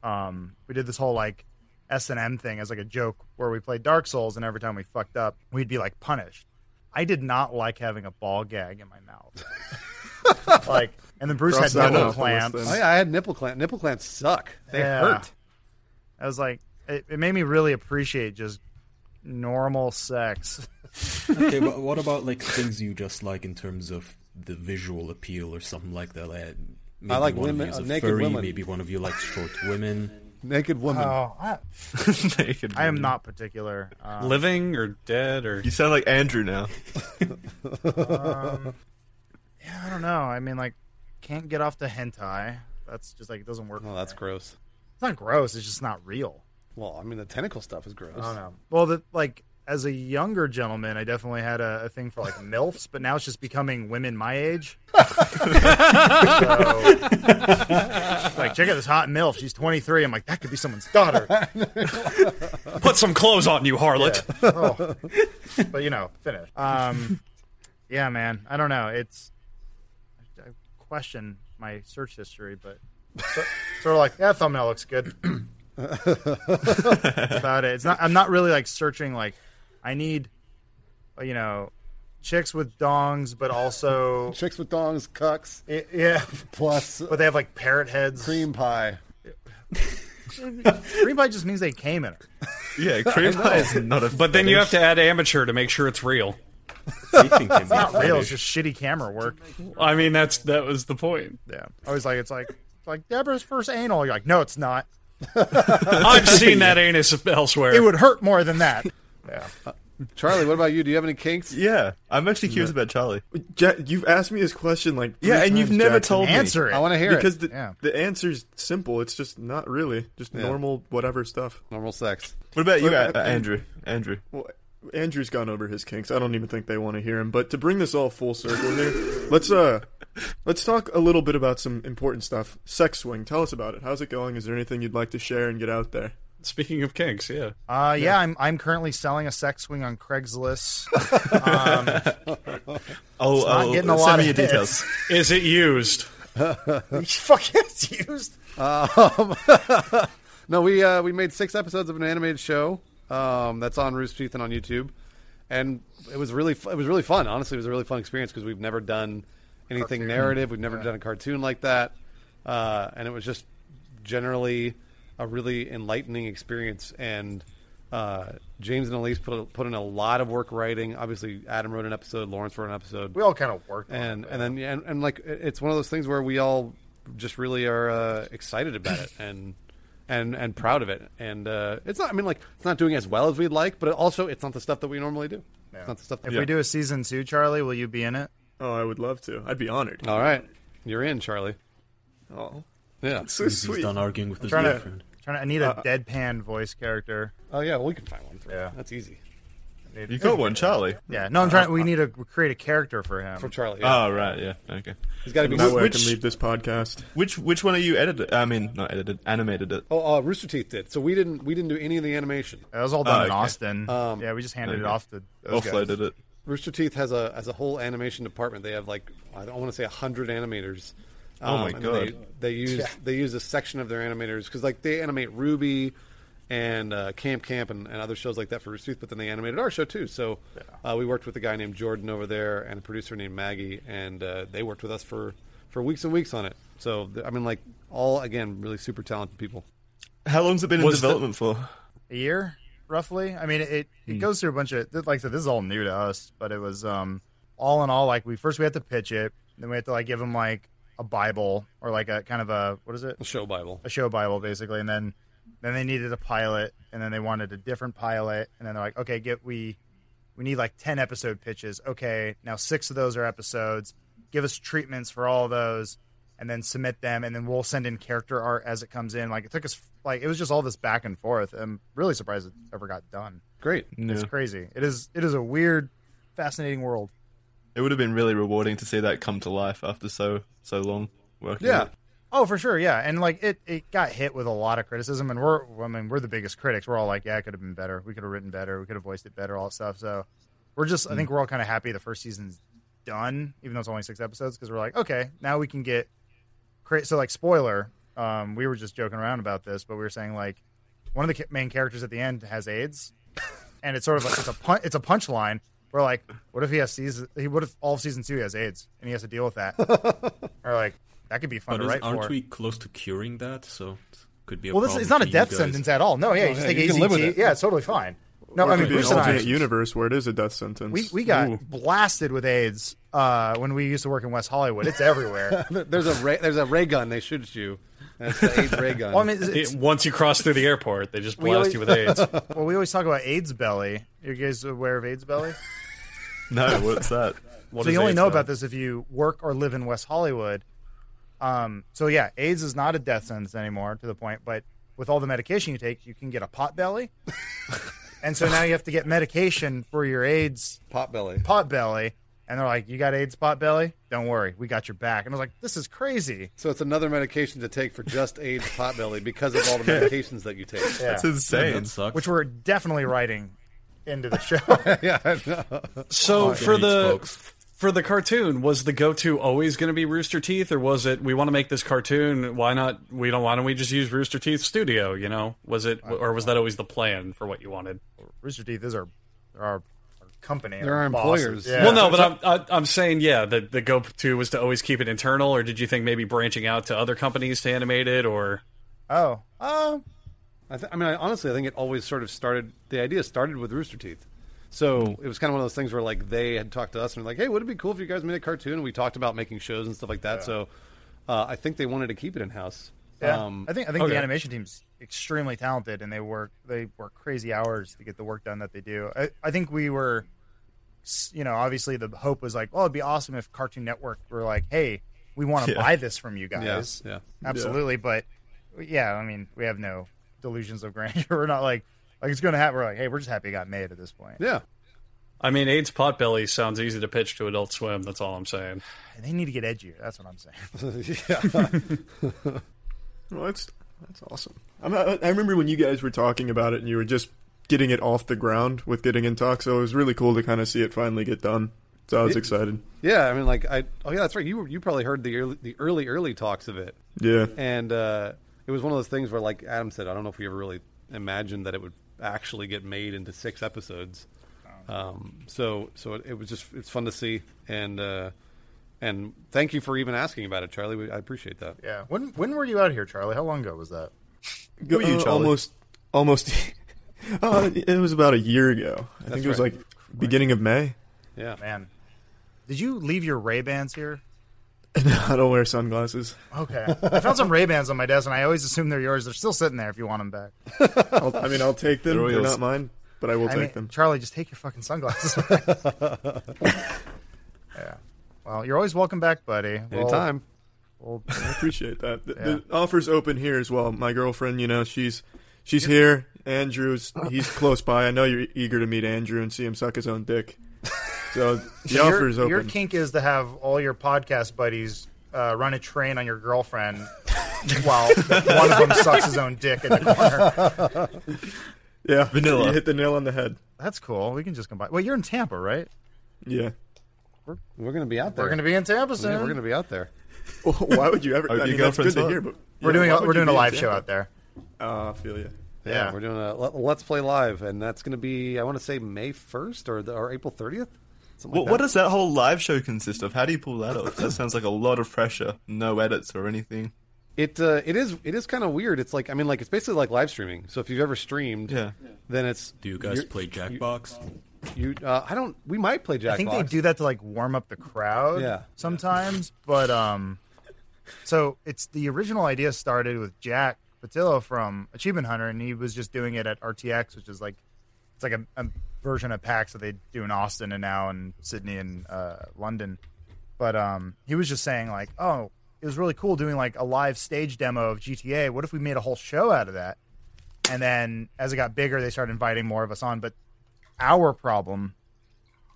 Um, we did this whole like S and M thing as like a joke where we played Dark Souls and every time we fucked up, we'd be like punished. I did not like having a ball gag in my mouth. *laughs* like, and then Bruce
Cross that
had nipple
off the list,
clamps.
then.
oh, yeah, I had nipple clamp. Nipple clamps suck. They
Yeah.
hurt.
I was like, it, it made me really appreciate just normal sex.
*laughs* Okay, but what about like things you just like in terms of the visual appeal or something like that? Like, maybe
like
one
women-
of you's
uh,
a
naked
furry,
women.
maybe one of you likes short women.
Naked woman.
Oh, I,
*laughs* Naked
I am
woman.
not particular. Um,
Living or dead or
You sound like Andrew now.
yeah, I don't know. I mean, like, can't get off the hentai. That's just like it doesn't work.
oh,
for
that's
me.
gross.
It's not gross. It's just not real.
Well, I mean, the tentacle stuff is gross.
I don't know. Well, the, like as a younger gentleman, I definitely had a, a thing for like milfs, but now it's just becoming women my age. so, like, check out this hot milf. She's 23. I'm like, that could be someone's daughter.
put some clothes on you, harlot.
Oh. but you know, finish. *laughs* Um, yeah, man. I don't know. It's I question my search history, but so, sort of like that thumbnail looks good. That's *clears throat* about it. It's not. I'm not really like searching. Like, I need, uh, you know, chicks with dongs, but *laughs* also
Chicks with dongs, cucks,
I- yeah.
plus
But they have like parrot heads.
cream pie.
cream pie just means they came in her.
*laughs* Yeah, cream pie is not *laughs* a.
But then you have to add amateur to make sure it's real.
Dating
*laughs*
can be
Not real.
fetish.
It's just shitty camera work.
I mean, that's that was the point.
Yeah. I was like, it's like it's like Deborah's first anal. You're like, no, it's not.
I've seen that anus elsewhere.
It would hurt more than that. *laughs* Yeah.
Charlie, what about you? Do you have any kinks?
Yeah, I'm actually curious about Charlie.
Ja- you've asked me this question like three
Yeah, and you've
times,
never
Jackson.
told me.
Answer it.
I want to hear
because
it.
the
Yeah.
the answer's simple. It's just not really just normal whatever stuff.
Normal sex.
What about you,
Well,
uh,
I-
Andrew? Andrew.
Well, Andrew's gone over his kinks. I don't even think they want to hear him. But to bring this all full
*laughs*
circle here, let's uh, let's talk a little bit about some important stuff. Sex swing. Tell us about it. How's it going? Is there anything you'd like to share and get out there?
Speaking of kinks, yeah.
Uh, yeah. I'm I'm currently selling a sex swing on Craigslist.
*laughs*
Oh,
not
oh,
getting a
send
lot
me your
of
details.
Is it used?
Fuck it's used.
Um, *laughs* No, we uh, we made six episodes of an animated show um, that's on Roost Teeth and on YouTube, and it was really fu- it was really fun. Honestly, it was a really fun experience because we've never done anything narrative. We've never done a cartoon like that, uh, and it was just generally a really enlightening experience. And uh, James and Elise put put in a lot of work writing. Obviously, Adam wrote an episode, Lawrence wrote an episode
We all kind of worked. on
and and then yeah, and, and like it- it's one of those things where we all just really are uh, excited about it and and and proud of it and uh, it's not I mean like it's not doing as well as we'd like but also it's not the stuff that we normally do
Yeah.
it's not the stuff that
If we do a season two, Charlie, will you be in it?
Oh, I would love to. I'd be honored.
all right you're in Charlie
Oh,
yeah
so
He's
sweet.
done arguing with his
Trying to,
girlfriend.
trying to. I need a
Uh,
deadpan voice character.
oh yeah well, we can find one for
Yeah.
that's easy
*laughs*
I need-
You got one, Charlie.
Yeah. No, I'm trying. We need to create a character for him.
uh, for Charlie yeah.
Oh, right, yeah, okay.
he's got to be
That way I
Which-
can leave this podcast.
Which which one are you edited? I mean, not edited, animated it.
oh uh, Rooster Teeth did so we didn't we didn't do any of the animation
That was all done
Oh,
in
okay.
Austin.
Um,
yeah, we just handed
okay.
it off to those guys.
Offloaded it.
Rooster Teeth has a as a whole animation department. They have like I don't want to say hundred animators. Um,
Oh my
and They,
God.
they use they use a section of their animators because like they animate Ruby and uh, Camp Camp and, and other shows like that for Rooster Teeth, but then they animated our show too. So uh, we worked with a guy named Jordan over there and a producer named Maggie, and uh, they worked with us for for weeks and weeks on it. So th- I mean, like all again, really super talented people.
How long's it been in
Was the-
development for?
a
Hmm.
year roughly i mean it, it goes through a bunch of like i said this is all new to us but it was um all in all, like we first we have to pitch it, then we have to like give them like a Bible or like a kind of a what is it?
The show Bible.
a show bible basically and then then they needed a pilot and then they wanted a different pilot and then they're like okay get we we need like 10 episode pitches okay now six of those are episodes give us treatments for all those and then submit them and then we'll send in character art as it comes in like it took us like it was just all this back and forth i'm really surprised it ever got done
Great.
it's crazy it is it is a weird fascinating world
It would have been really rewarding to see that come to life after so so long working. on
Yeah.
it.
Oh, for sure, yeah, and like it, it got hit with a lot of criticism, and we're, I mean, we're the biggest critics. We're all like, yeah, it could have been better. We could have written better. We could have voiced it better. All that stuff. So we're just, I think we're all kind of happy the first season's done, even though it's only six episodes, because we're like, okay, now we can get create. So like, spoiler, um, we were just joking around about this, but we were saying like, one of the ca- main characters at the end has AIDS, and it's sort of like it's a pun- it's a punchline. We're like, what if he has season? He what if all of season two he has AIDS and he has to deal with that? or like. That could be fun
But
to
is,
write
aren't
for.
we close to curing that? So it could be a
Well, this
problem
it's not a
for you
death
guys.
sentence at all. No, yeah, you just
hey,
take
you can live with
AZT.
it.
Yeah, it's totally fine. No,
Or
I
it
mean,
could be an
Bruce and I,
alternate universe where it is a death sentence.
we we got blasted with AIDS uh, when we used to work in West Hollywood. It's everywhere.
There's a ray, there's a ray gun. They shoot at you. That's the AIDS ray gun.
well, I mean, it's-
It, once you cross through the airport, they just blast
always-
you with AIDS.
well, we always talk about AIDS belly. You guys aware of AIDS belly?
No, what's
*laughs*
that? What
so
is
you only
AIDS
know
about?
about this if you work or live in West Hollywood. Um, so yeah, AIDS is not a death sentence anymore to the point, but with all the medication you take, you can get a pot belly. and so now you have to get medication for your AIDS
pot belly.
potbelly and they're like you got aids potbelly don't worry we got your back and i was like this is crazy
So it's another medication to take for just AIDS pot belly because of all
*laughs*
the medications that you take.
It's
Yeah,
insane.
that sucks.
which we're definitely writing into the show
yeah, I know.
*laughs* So for
AIDS,
the
folks.
for the cartoon, was the go to always going to be Rooster Teeth, or was it we want to make this cartoon? Why not? We don't. Why don't we just use Rooster Teeth Studio? You know, was it or was that always the plan for what you wanted?
rooster teeth is our our, our company
They're our employers.
bosses. yeah.
Well, no, but I'm I, I'm saying yeah, the the go to was to always keep it internal, or did you think maybe branching out to other companies to animate it, or
oh um
I, th- I mean, I, honestly, I think it always sort of started. The idea started with Rooster Teeth, so it was kind of one of those things where like they had talked to us and were like, "Hey, would it be cool if you guys made a cartoon?" And we talked about making shows and stuff like that. So uh, I think they wanted to keep it in house.
yeah.
Um,
i think i think
okay.
the animation team's extremely talented and they work they work crazy hours to get the work done that they do i, I think we were s- you know obviously the hope was like well it'd be awesome if cartoon network were like hey we want to
Yeah.
buy this from you guys
yes, yeah.
absolutely but yeah i mean we have no delusions of grandeur *laughs* we're not like like it's gonna happen we're like hey we're just happy it got made at this point
Yeah. *laughs*
I mean, AIDS Potbelly sounds easy to pitch to Adult Swim. That's all I'm saying.
they need to get edgier that's what i'm saying *laughs*
Well, that's that's awesome. I'm, I, I remember when you guys were talking about it and you were just getting it off the ground with getting in talk. So it was really cool to kind of see it finally get done. So I was excited.
*laughs* Yeah, I mean, like I. Oh yeah, that's right. You were- you probably heard the early, the early early talks of it,
Yeah,
and uh, it was one of those things where, like Adam said, I don't know if we ever really imagined that it would actually get made into six episodes. Um, so so it, it was just it's fun to see, and uh, and thank you for even asking about it, Charlie. We, I appreciate that.
yeah when when were you out here charlie how long ago was that
Go-
were you,
uh,
Charlie?
almost, almost. *laughs* uh, it was about a year ago. I think it was
right.
like beginning of May. *laughs*
Yeah,
man did you leave your ray bans here
I don't wear sunglasses.
okay *laughs* i found some ray bans on my desk and i always assume they're yours they're still sitting there if you want them back
I'll, I mean, I'll take them.
They're
They're
yours.
not mine, but I will
I
take
mean,
them.
charlie just take your fucking sunglasses back. yeah *laughs* well you're always welcome back buddy Well,
anytime.
we'll-
I appreciate that. The, the offer's open here as well. My girlfriend, you know, she's she's here. Andrew's he's close by. I know you're e-, eager to meet Andrew and see him suck his own dick.
*laughs*
So the offer's
your,
open.
your kink is to have all your podcast buddies uh, run a train on your girlfriend *laughs* while one of them sucks his own dick in the *laughs* corner.
yeah,
Vanilla.
*laughs* You hit the nail on the head.
That's cool. We can just combine. Well, you're in Tampa, right?
*laughs*
Yeah.
We're gonna be out there.
We're going to be in Tampa soon.
Yeah, we're gonna be out there.
Well, why would you ever?
Oh,
I
your
mean, that's good
girlfriend's
to
hot.
hear. But
We're doing a, we're doing a live show out there.
Oh, I feel you.
Yeah,
Yeah.
we're doing a let, Let's Play Live, and that's gonna be I want to say May first or the, or April thirtieth.
What, what does that whole live show consist of? How do you pull that off? That sounds like a lot of pressure. No edits or anything.
It uh, it is it is kind of weird. It's like I mean, like it's basically like live streaming. So if you've ever streamed,
Yeah.
then it's
Do you guys
you're-
play Jackbox?
You, uh, I don't. We might play Jackbox.
I think they do that to like warm up the crowd
Yeah.
sometimes. But um so it's the original idea started with Jack Patillo from Achievement Hunter and he was just doing it at RTX, which is like it's like a, a version of PAX that they do in Austin and now in Sydney and uh, London. But um he was just saying like, Oh, it was really cool doing like a live stage demo of GTA. What if we made a whole show out of that? And then as it got bigger, they started inviting more of us on. But our problem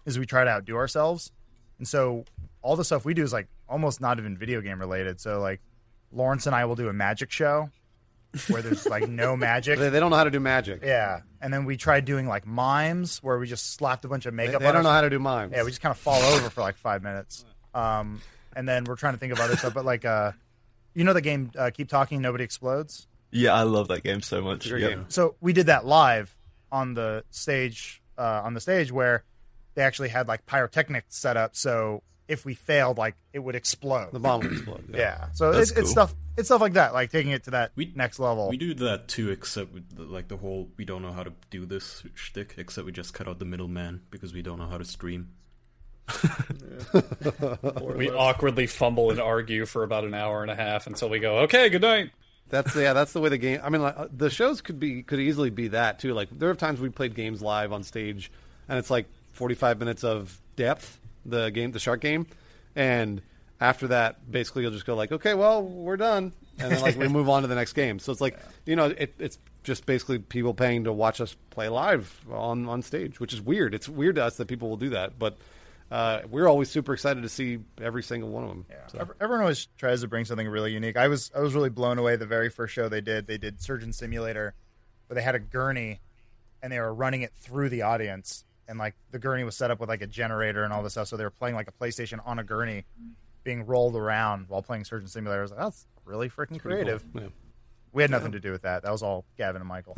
is we try to outdo ourselves. And so all the stuff we do is like almost not even video game related. So like Lawrence and I will do a magic show where there's like no magic.
They, they don't know how to do magic.
Yeah. And then we tried doing like mimes where we just slapped a bunch of
They,
makeup
they
on
don't know
us.
how to do mimes.
Yeah, we just kind of fall over for like five minutes. Um, and then we're trying to think of other stuff, but like, uh, you know, the game uh, Keep Talking, Nobody Explodes?
Yeah, I love that game so much.
Your
Yep.
game.
so we did that live on the stage uh, on the stage where they actually had like pyrotechnics set up so if we failed like it would explode
The bomb would explode.
yeah. so
That's
it's, it's
cool.
stuff it's stuff like that like taking it to that
We-
next level
We do that too, except with, the- like the whole we don't know how to do this shtick, except we just cut out the middleman because we don't know how to stream.
We awkwardly fumble and argue for about an hour and a half until we go, okay, good night.
That's yeah. That's the way the game. I mean, like, uh, the shows could be could easily be that too. Like there are times we played games live on stage, and it's like forty five minutes of depth. The game, the shark game, and after that, basically you'll just go like, okay, well we're done, and then like we move on to the next game. So it's like you know, it, it's just basically people paying to watch us play live on on stage, which is weird. It's weird to us that people will do that, but uh, we're always super excited to see every single one of them.
Yeah. Ev- Everyone always tries to bring something really unique. I was I was really blown away the very first show they did. They did Surgeon Simulator, where they had a gurney, and they were running it through the audience, and like the gurney was set up with like a generator and all this stuff. So they were playing like a PlayStation on a gurney, being rolled around while playing Surgeon Simulator. I was like, that's really freaking creative.
Yeah.
We had nothing to do with that. That was all Gavin and Michael.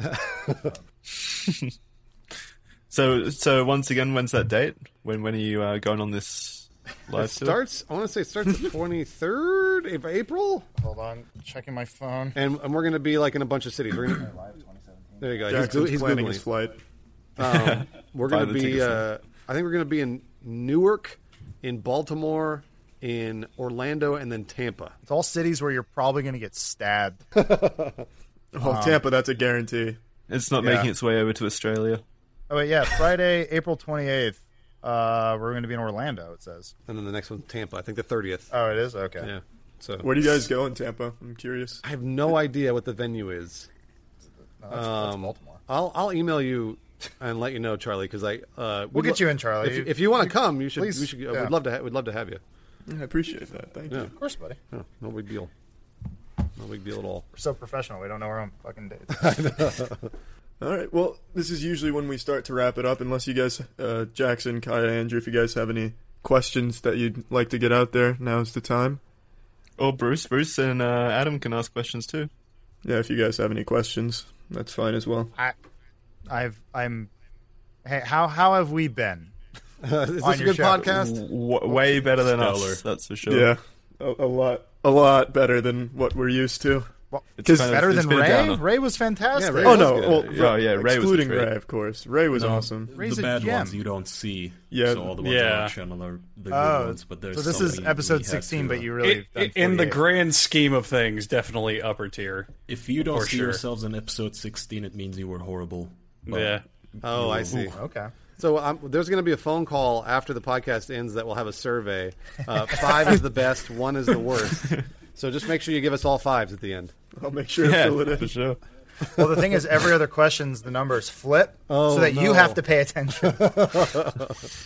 So, so once again, when's that date? When when are you uh, going on this live
It starts. I want to say it starts
*laughs*
the twenty third of April,
Hold on, checking my phone.
and, and we're going to be like in a bunch of cities. We're gonna, there you go. He's,
Jackson's
goo- he's
planning
googling.
his flight.
Um, we're
Buy
going
the
to be.
tickets
Uh, I think we're going to be in Newark, in Baltimore, in Orlando, and then Tampa.
It's all cities where you're probably going to get stabbed. *laughs*
Ah.
Oh, Tampa, that's a guarantee.
It's not making its way over to Australia.
Oh wait, yeah, Friday, April twenty eighth. Uh, we're going to be in Orlando. It says.
And then the next one's Tampa. I think the thirtieth.
Oh, it is okay.
yeah. So
Where do you guys go in Tampa? I'm curious.
I have no idea what the venue is. Um,
That's Baltimore.
I'll I'll email you and let you know, Charlie, because I uh,
We'll get you in, Charlie.
If, if you want to come, you should.
please,
we should. Uh,
yeah.
We'd love to. Ha- we'd love to have you.
I appreciate that. Thank
Yeah.
you.
Of course, buddy.
Yeah, no big deal. No big deal at all.
We're so professional. We don't know our own
*laughs*
fucking dates.
All right. Well, this is usually when we start to wrap it up, unless you guys, uh, Jackson, Kaya, Andrew, if you guys have any questions that you'd like to get out there, now's the time.
Or Oh, Bruce, Bruce and uh, Adam can ask questions too.
Yeah, if you guys have any questions, that's fine as well.
I, I've, I'm. Hey, how how have we been?
*laughs* is
On
this a
your
good
show.
podcast?
W- way better than
Stellar.
us, that's for sure.
Yeah, a, a lot, a lot better than what we're used to.
Well,
It's
'Cause
kind of-
better
it's
than
been a
Ray.
downer.
Ray was fantastic.
Yeah, Ray
Oh
was
no!
good.
Well,
Yeah, yeah,
Ray-
Ray was a
excluding
treat.
Ray, of course. Ray was
No.
awesome.
Raise
the
a
bad
gem.
ones you don't see.
Yeah.
So all the ones on
Yeah.
our channel are the good
Oh,
ones, but there's
so this is
somebody we
episode
have
sixteen,
to, uh,
but you really
It- it- in the grand scheme of things, definitely upper tier.
If you don't
For
see
sure.
yourselves in episode 16, it means you were horrible. But
yeah.
Oh, I see.
Okay.
So um, there's going to be a phone call after the podcast ends that will have a survey. Uh, five is the best, one is the worst. So just make sure you give us all fives at the end.
I'll make sure to fill it
Yeah,
in.
for sure.
Well, the thing is, every other question's the numbers
*laughs*
flip,
Oh,
so that
no.
you have to pay attention.
*laughs*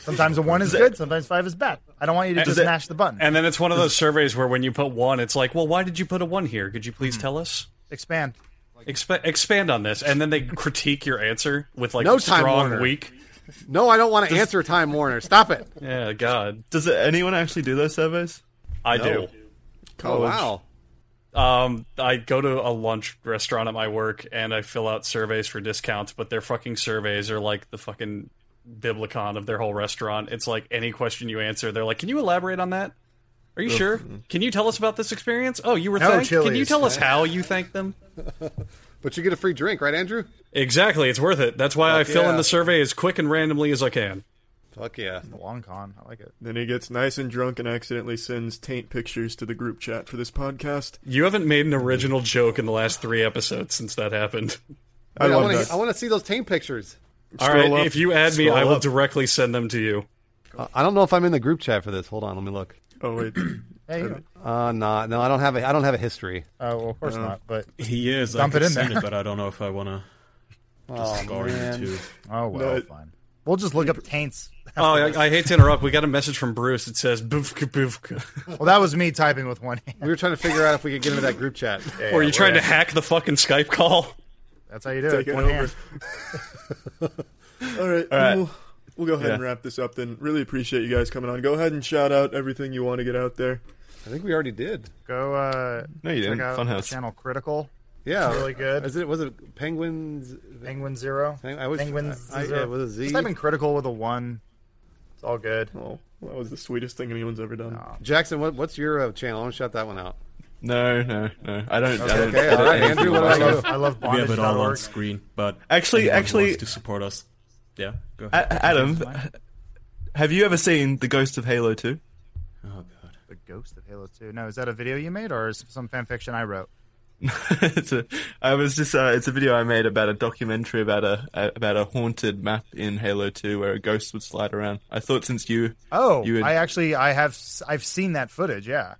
sometimes a one is good, sometimes five is bad. I don't want you to just
that-
mash the button.
And then it's one of those surveys where when you put one, it's like, well, why did you put a one here? Could you please
Hmm.
tell us?
Expand.
Expa- expand on this, and then they critique your answer with like
No Time Warner.
strong, weak.
No, I don't want to answer Time Warner. Stop *laughs* it. Oh,
Yeah, God,
Does it, anyone actually do those surveys?
I
No. Oh,
College.
wow.
do. Um, I go to a lunch restaurant at my work, and I fill out surveys for discounts, but their fucking surveys are like the fucking Biblicon of their whole restaurant. It's like any question you answer, they're like, "Can you elaborate on that?" Are you sure? Can you tell us about this experience? Oh, you were
No,
thanked. Can you
Chili's.
tell us how you thanked them?
But you get a free drink, right, Andrew?
Exactly, it's worth it. That's why I fill
yeah.
in the survey as quick and randomly as I can.
Fuck yeah.
The long con. I like it.
Then he gets nice and drunk and accidentally sends taint pictures to the group chat for this podcast.
You haven't made an original joke in the last three episodes since that happened.
I
Dude, I
love
want
that.
to. I want to see those tame pictures.
All right,
up.
if you add me, I
Scroll
will
up.
directly send them to you.
Uh, I don't know if I'm in the group chat for this. Hold on, let me look.
*clears throat*
oh wait,
Hey, you know.
Uh, nah, no, I don't have a. I don't have a history.
uh, well, of course not. But
He is.
Dump
I
it
could
in
send
there.
it, but I don't know if I want
*laughs*
to
Oh
discard it
man.
too.
oh well,
No.
fine. We'll just look up taints. *laughs*
Oh, I, I hate to interrupt. We got a message from Bruce. It says boofka boofka.
Well, that was me typing with one hand.
We were trying to figure out if we could get into that group *laughs* chat.
Or you trying to hack the fucking Skype call?
That's how you do
take
it.
it
One
over.
hand.
*laughs*
All right,
right.
We'll, we'll go ahead and
Yeah.
wrap this up. Then really appreciate you guys coming on. Go ahead and shout out everything you want to get out there.
I think we already did.
Go. Uh,
No, you
check
didn't.
out
Funhouse.
Channel Critical.
Yeah,
Really good.
Is it was it penguins?
Penguin Zero.
Peng- I was-
Penguins
I- I-
Zero.
yeah, with a Z.
Just type in critical with a one. It's all good.
Oh, that was the sweetest thing anyone's ever done.
Jackson, what, what's your uh, channel? I want to shout that one *laughs* out.
No, no, no. I don't. I don't
Okay, all
edit
right,
anything
Andrew,
on
what
my
about
I
you?
stuff.
love, I love
We have it all on
bondage.org.
screen, but
Actually-
anyone who
actually-
wants to support us. Yeah, go ahead.
A- Adam, have you ever seen the Ghost of Halo Two? *laughs*
oh god.
The Ghost of Halo 2. No, is that a video you made or is some fan fiction I wrote?
it's a. I was just. Uh, it's a video I made about a documentary about a, a about a haunted map in Halo Two where a ghost would slide around. I thought since you.
Oh,
You would-
I actually I have s- I've seen that footage. Yeah,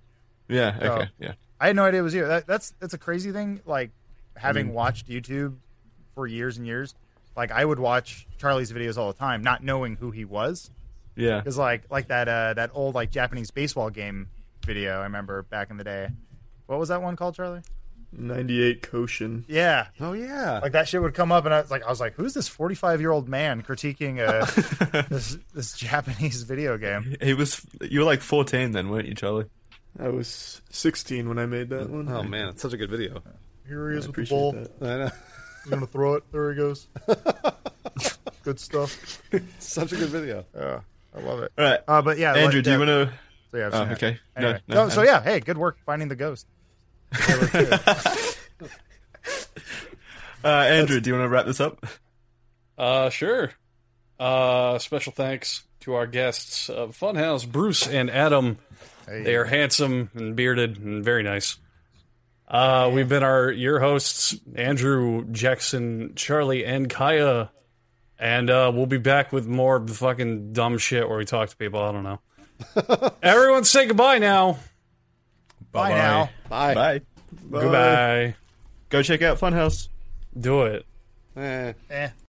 Yeah. Okay.
Oh.
Yeah.
I had no idea it was you. That, that's that's a crazy thing. Like having
Mm.
watched YouTube for years and years, like I would watch Charlie's videos all the time, not knowing who he was.
Yeah.
Because like like that uh that old like Japanese baseball game video I remember back in the day. What was that one called, Charlie?
Ninety-eight Koshin.
Yeah,
Oh yeah,
like that shit would come up, and I was like, I was like, who's this forty-five-year-old man critiquing
*laughs*
uh this this Japanese video game?
He was. You were like 14 then, weren't you, Charlie?
I was 16 when I made that one.
oh man, it's such a good video.
Here he is with the
Appreciate
ball.
that.
I know.
He's gonna throw it. There
*laughs*
he goes. Good stuff.
such a good
*laughs*
video.
Yeah, I love it.
All right.
Uh, but yeah,
Andrew,
like,
do you
yeah,
want to?
so yeah, I've
Oh,
seen it.
okay. No,
Anyway.
no,
so yeah, hey, good work finding the ghost.
Uh, Andrew, do you want to wrap this up?
Uh, sure. Uh, special thanks to our guests of Funhouse, Bruce and Adam.
Hey.
They are handsome and bearded and very nice. Uh, we've been our your hosts, Andrew, Jackson, Charlie, and Kaya. And uh, we'll be back with more fucking dumb shit where we talk to people. I don't know. Everyone say goodbye now.
Bye now.
Bye.
Bye.
Goodbye.
Go check out Funhouse.
Do it.
Eh.
Eh.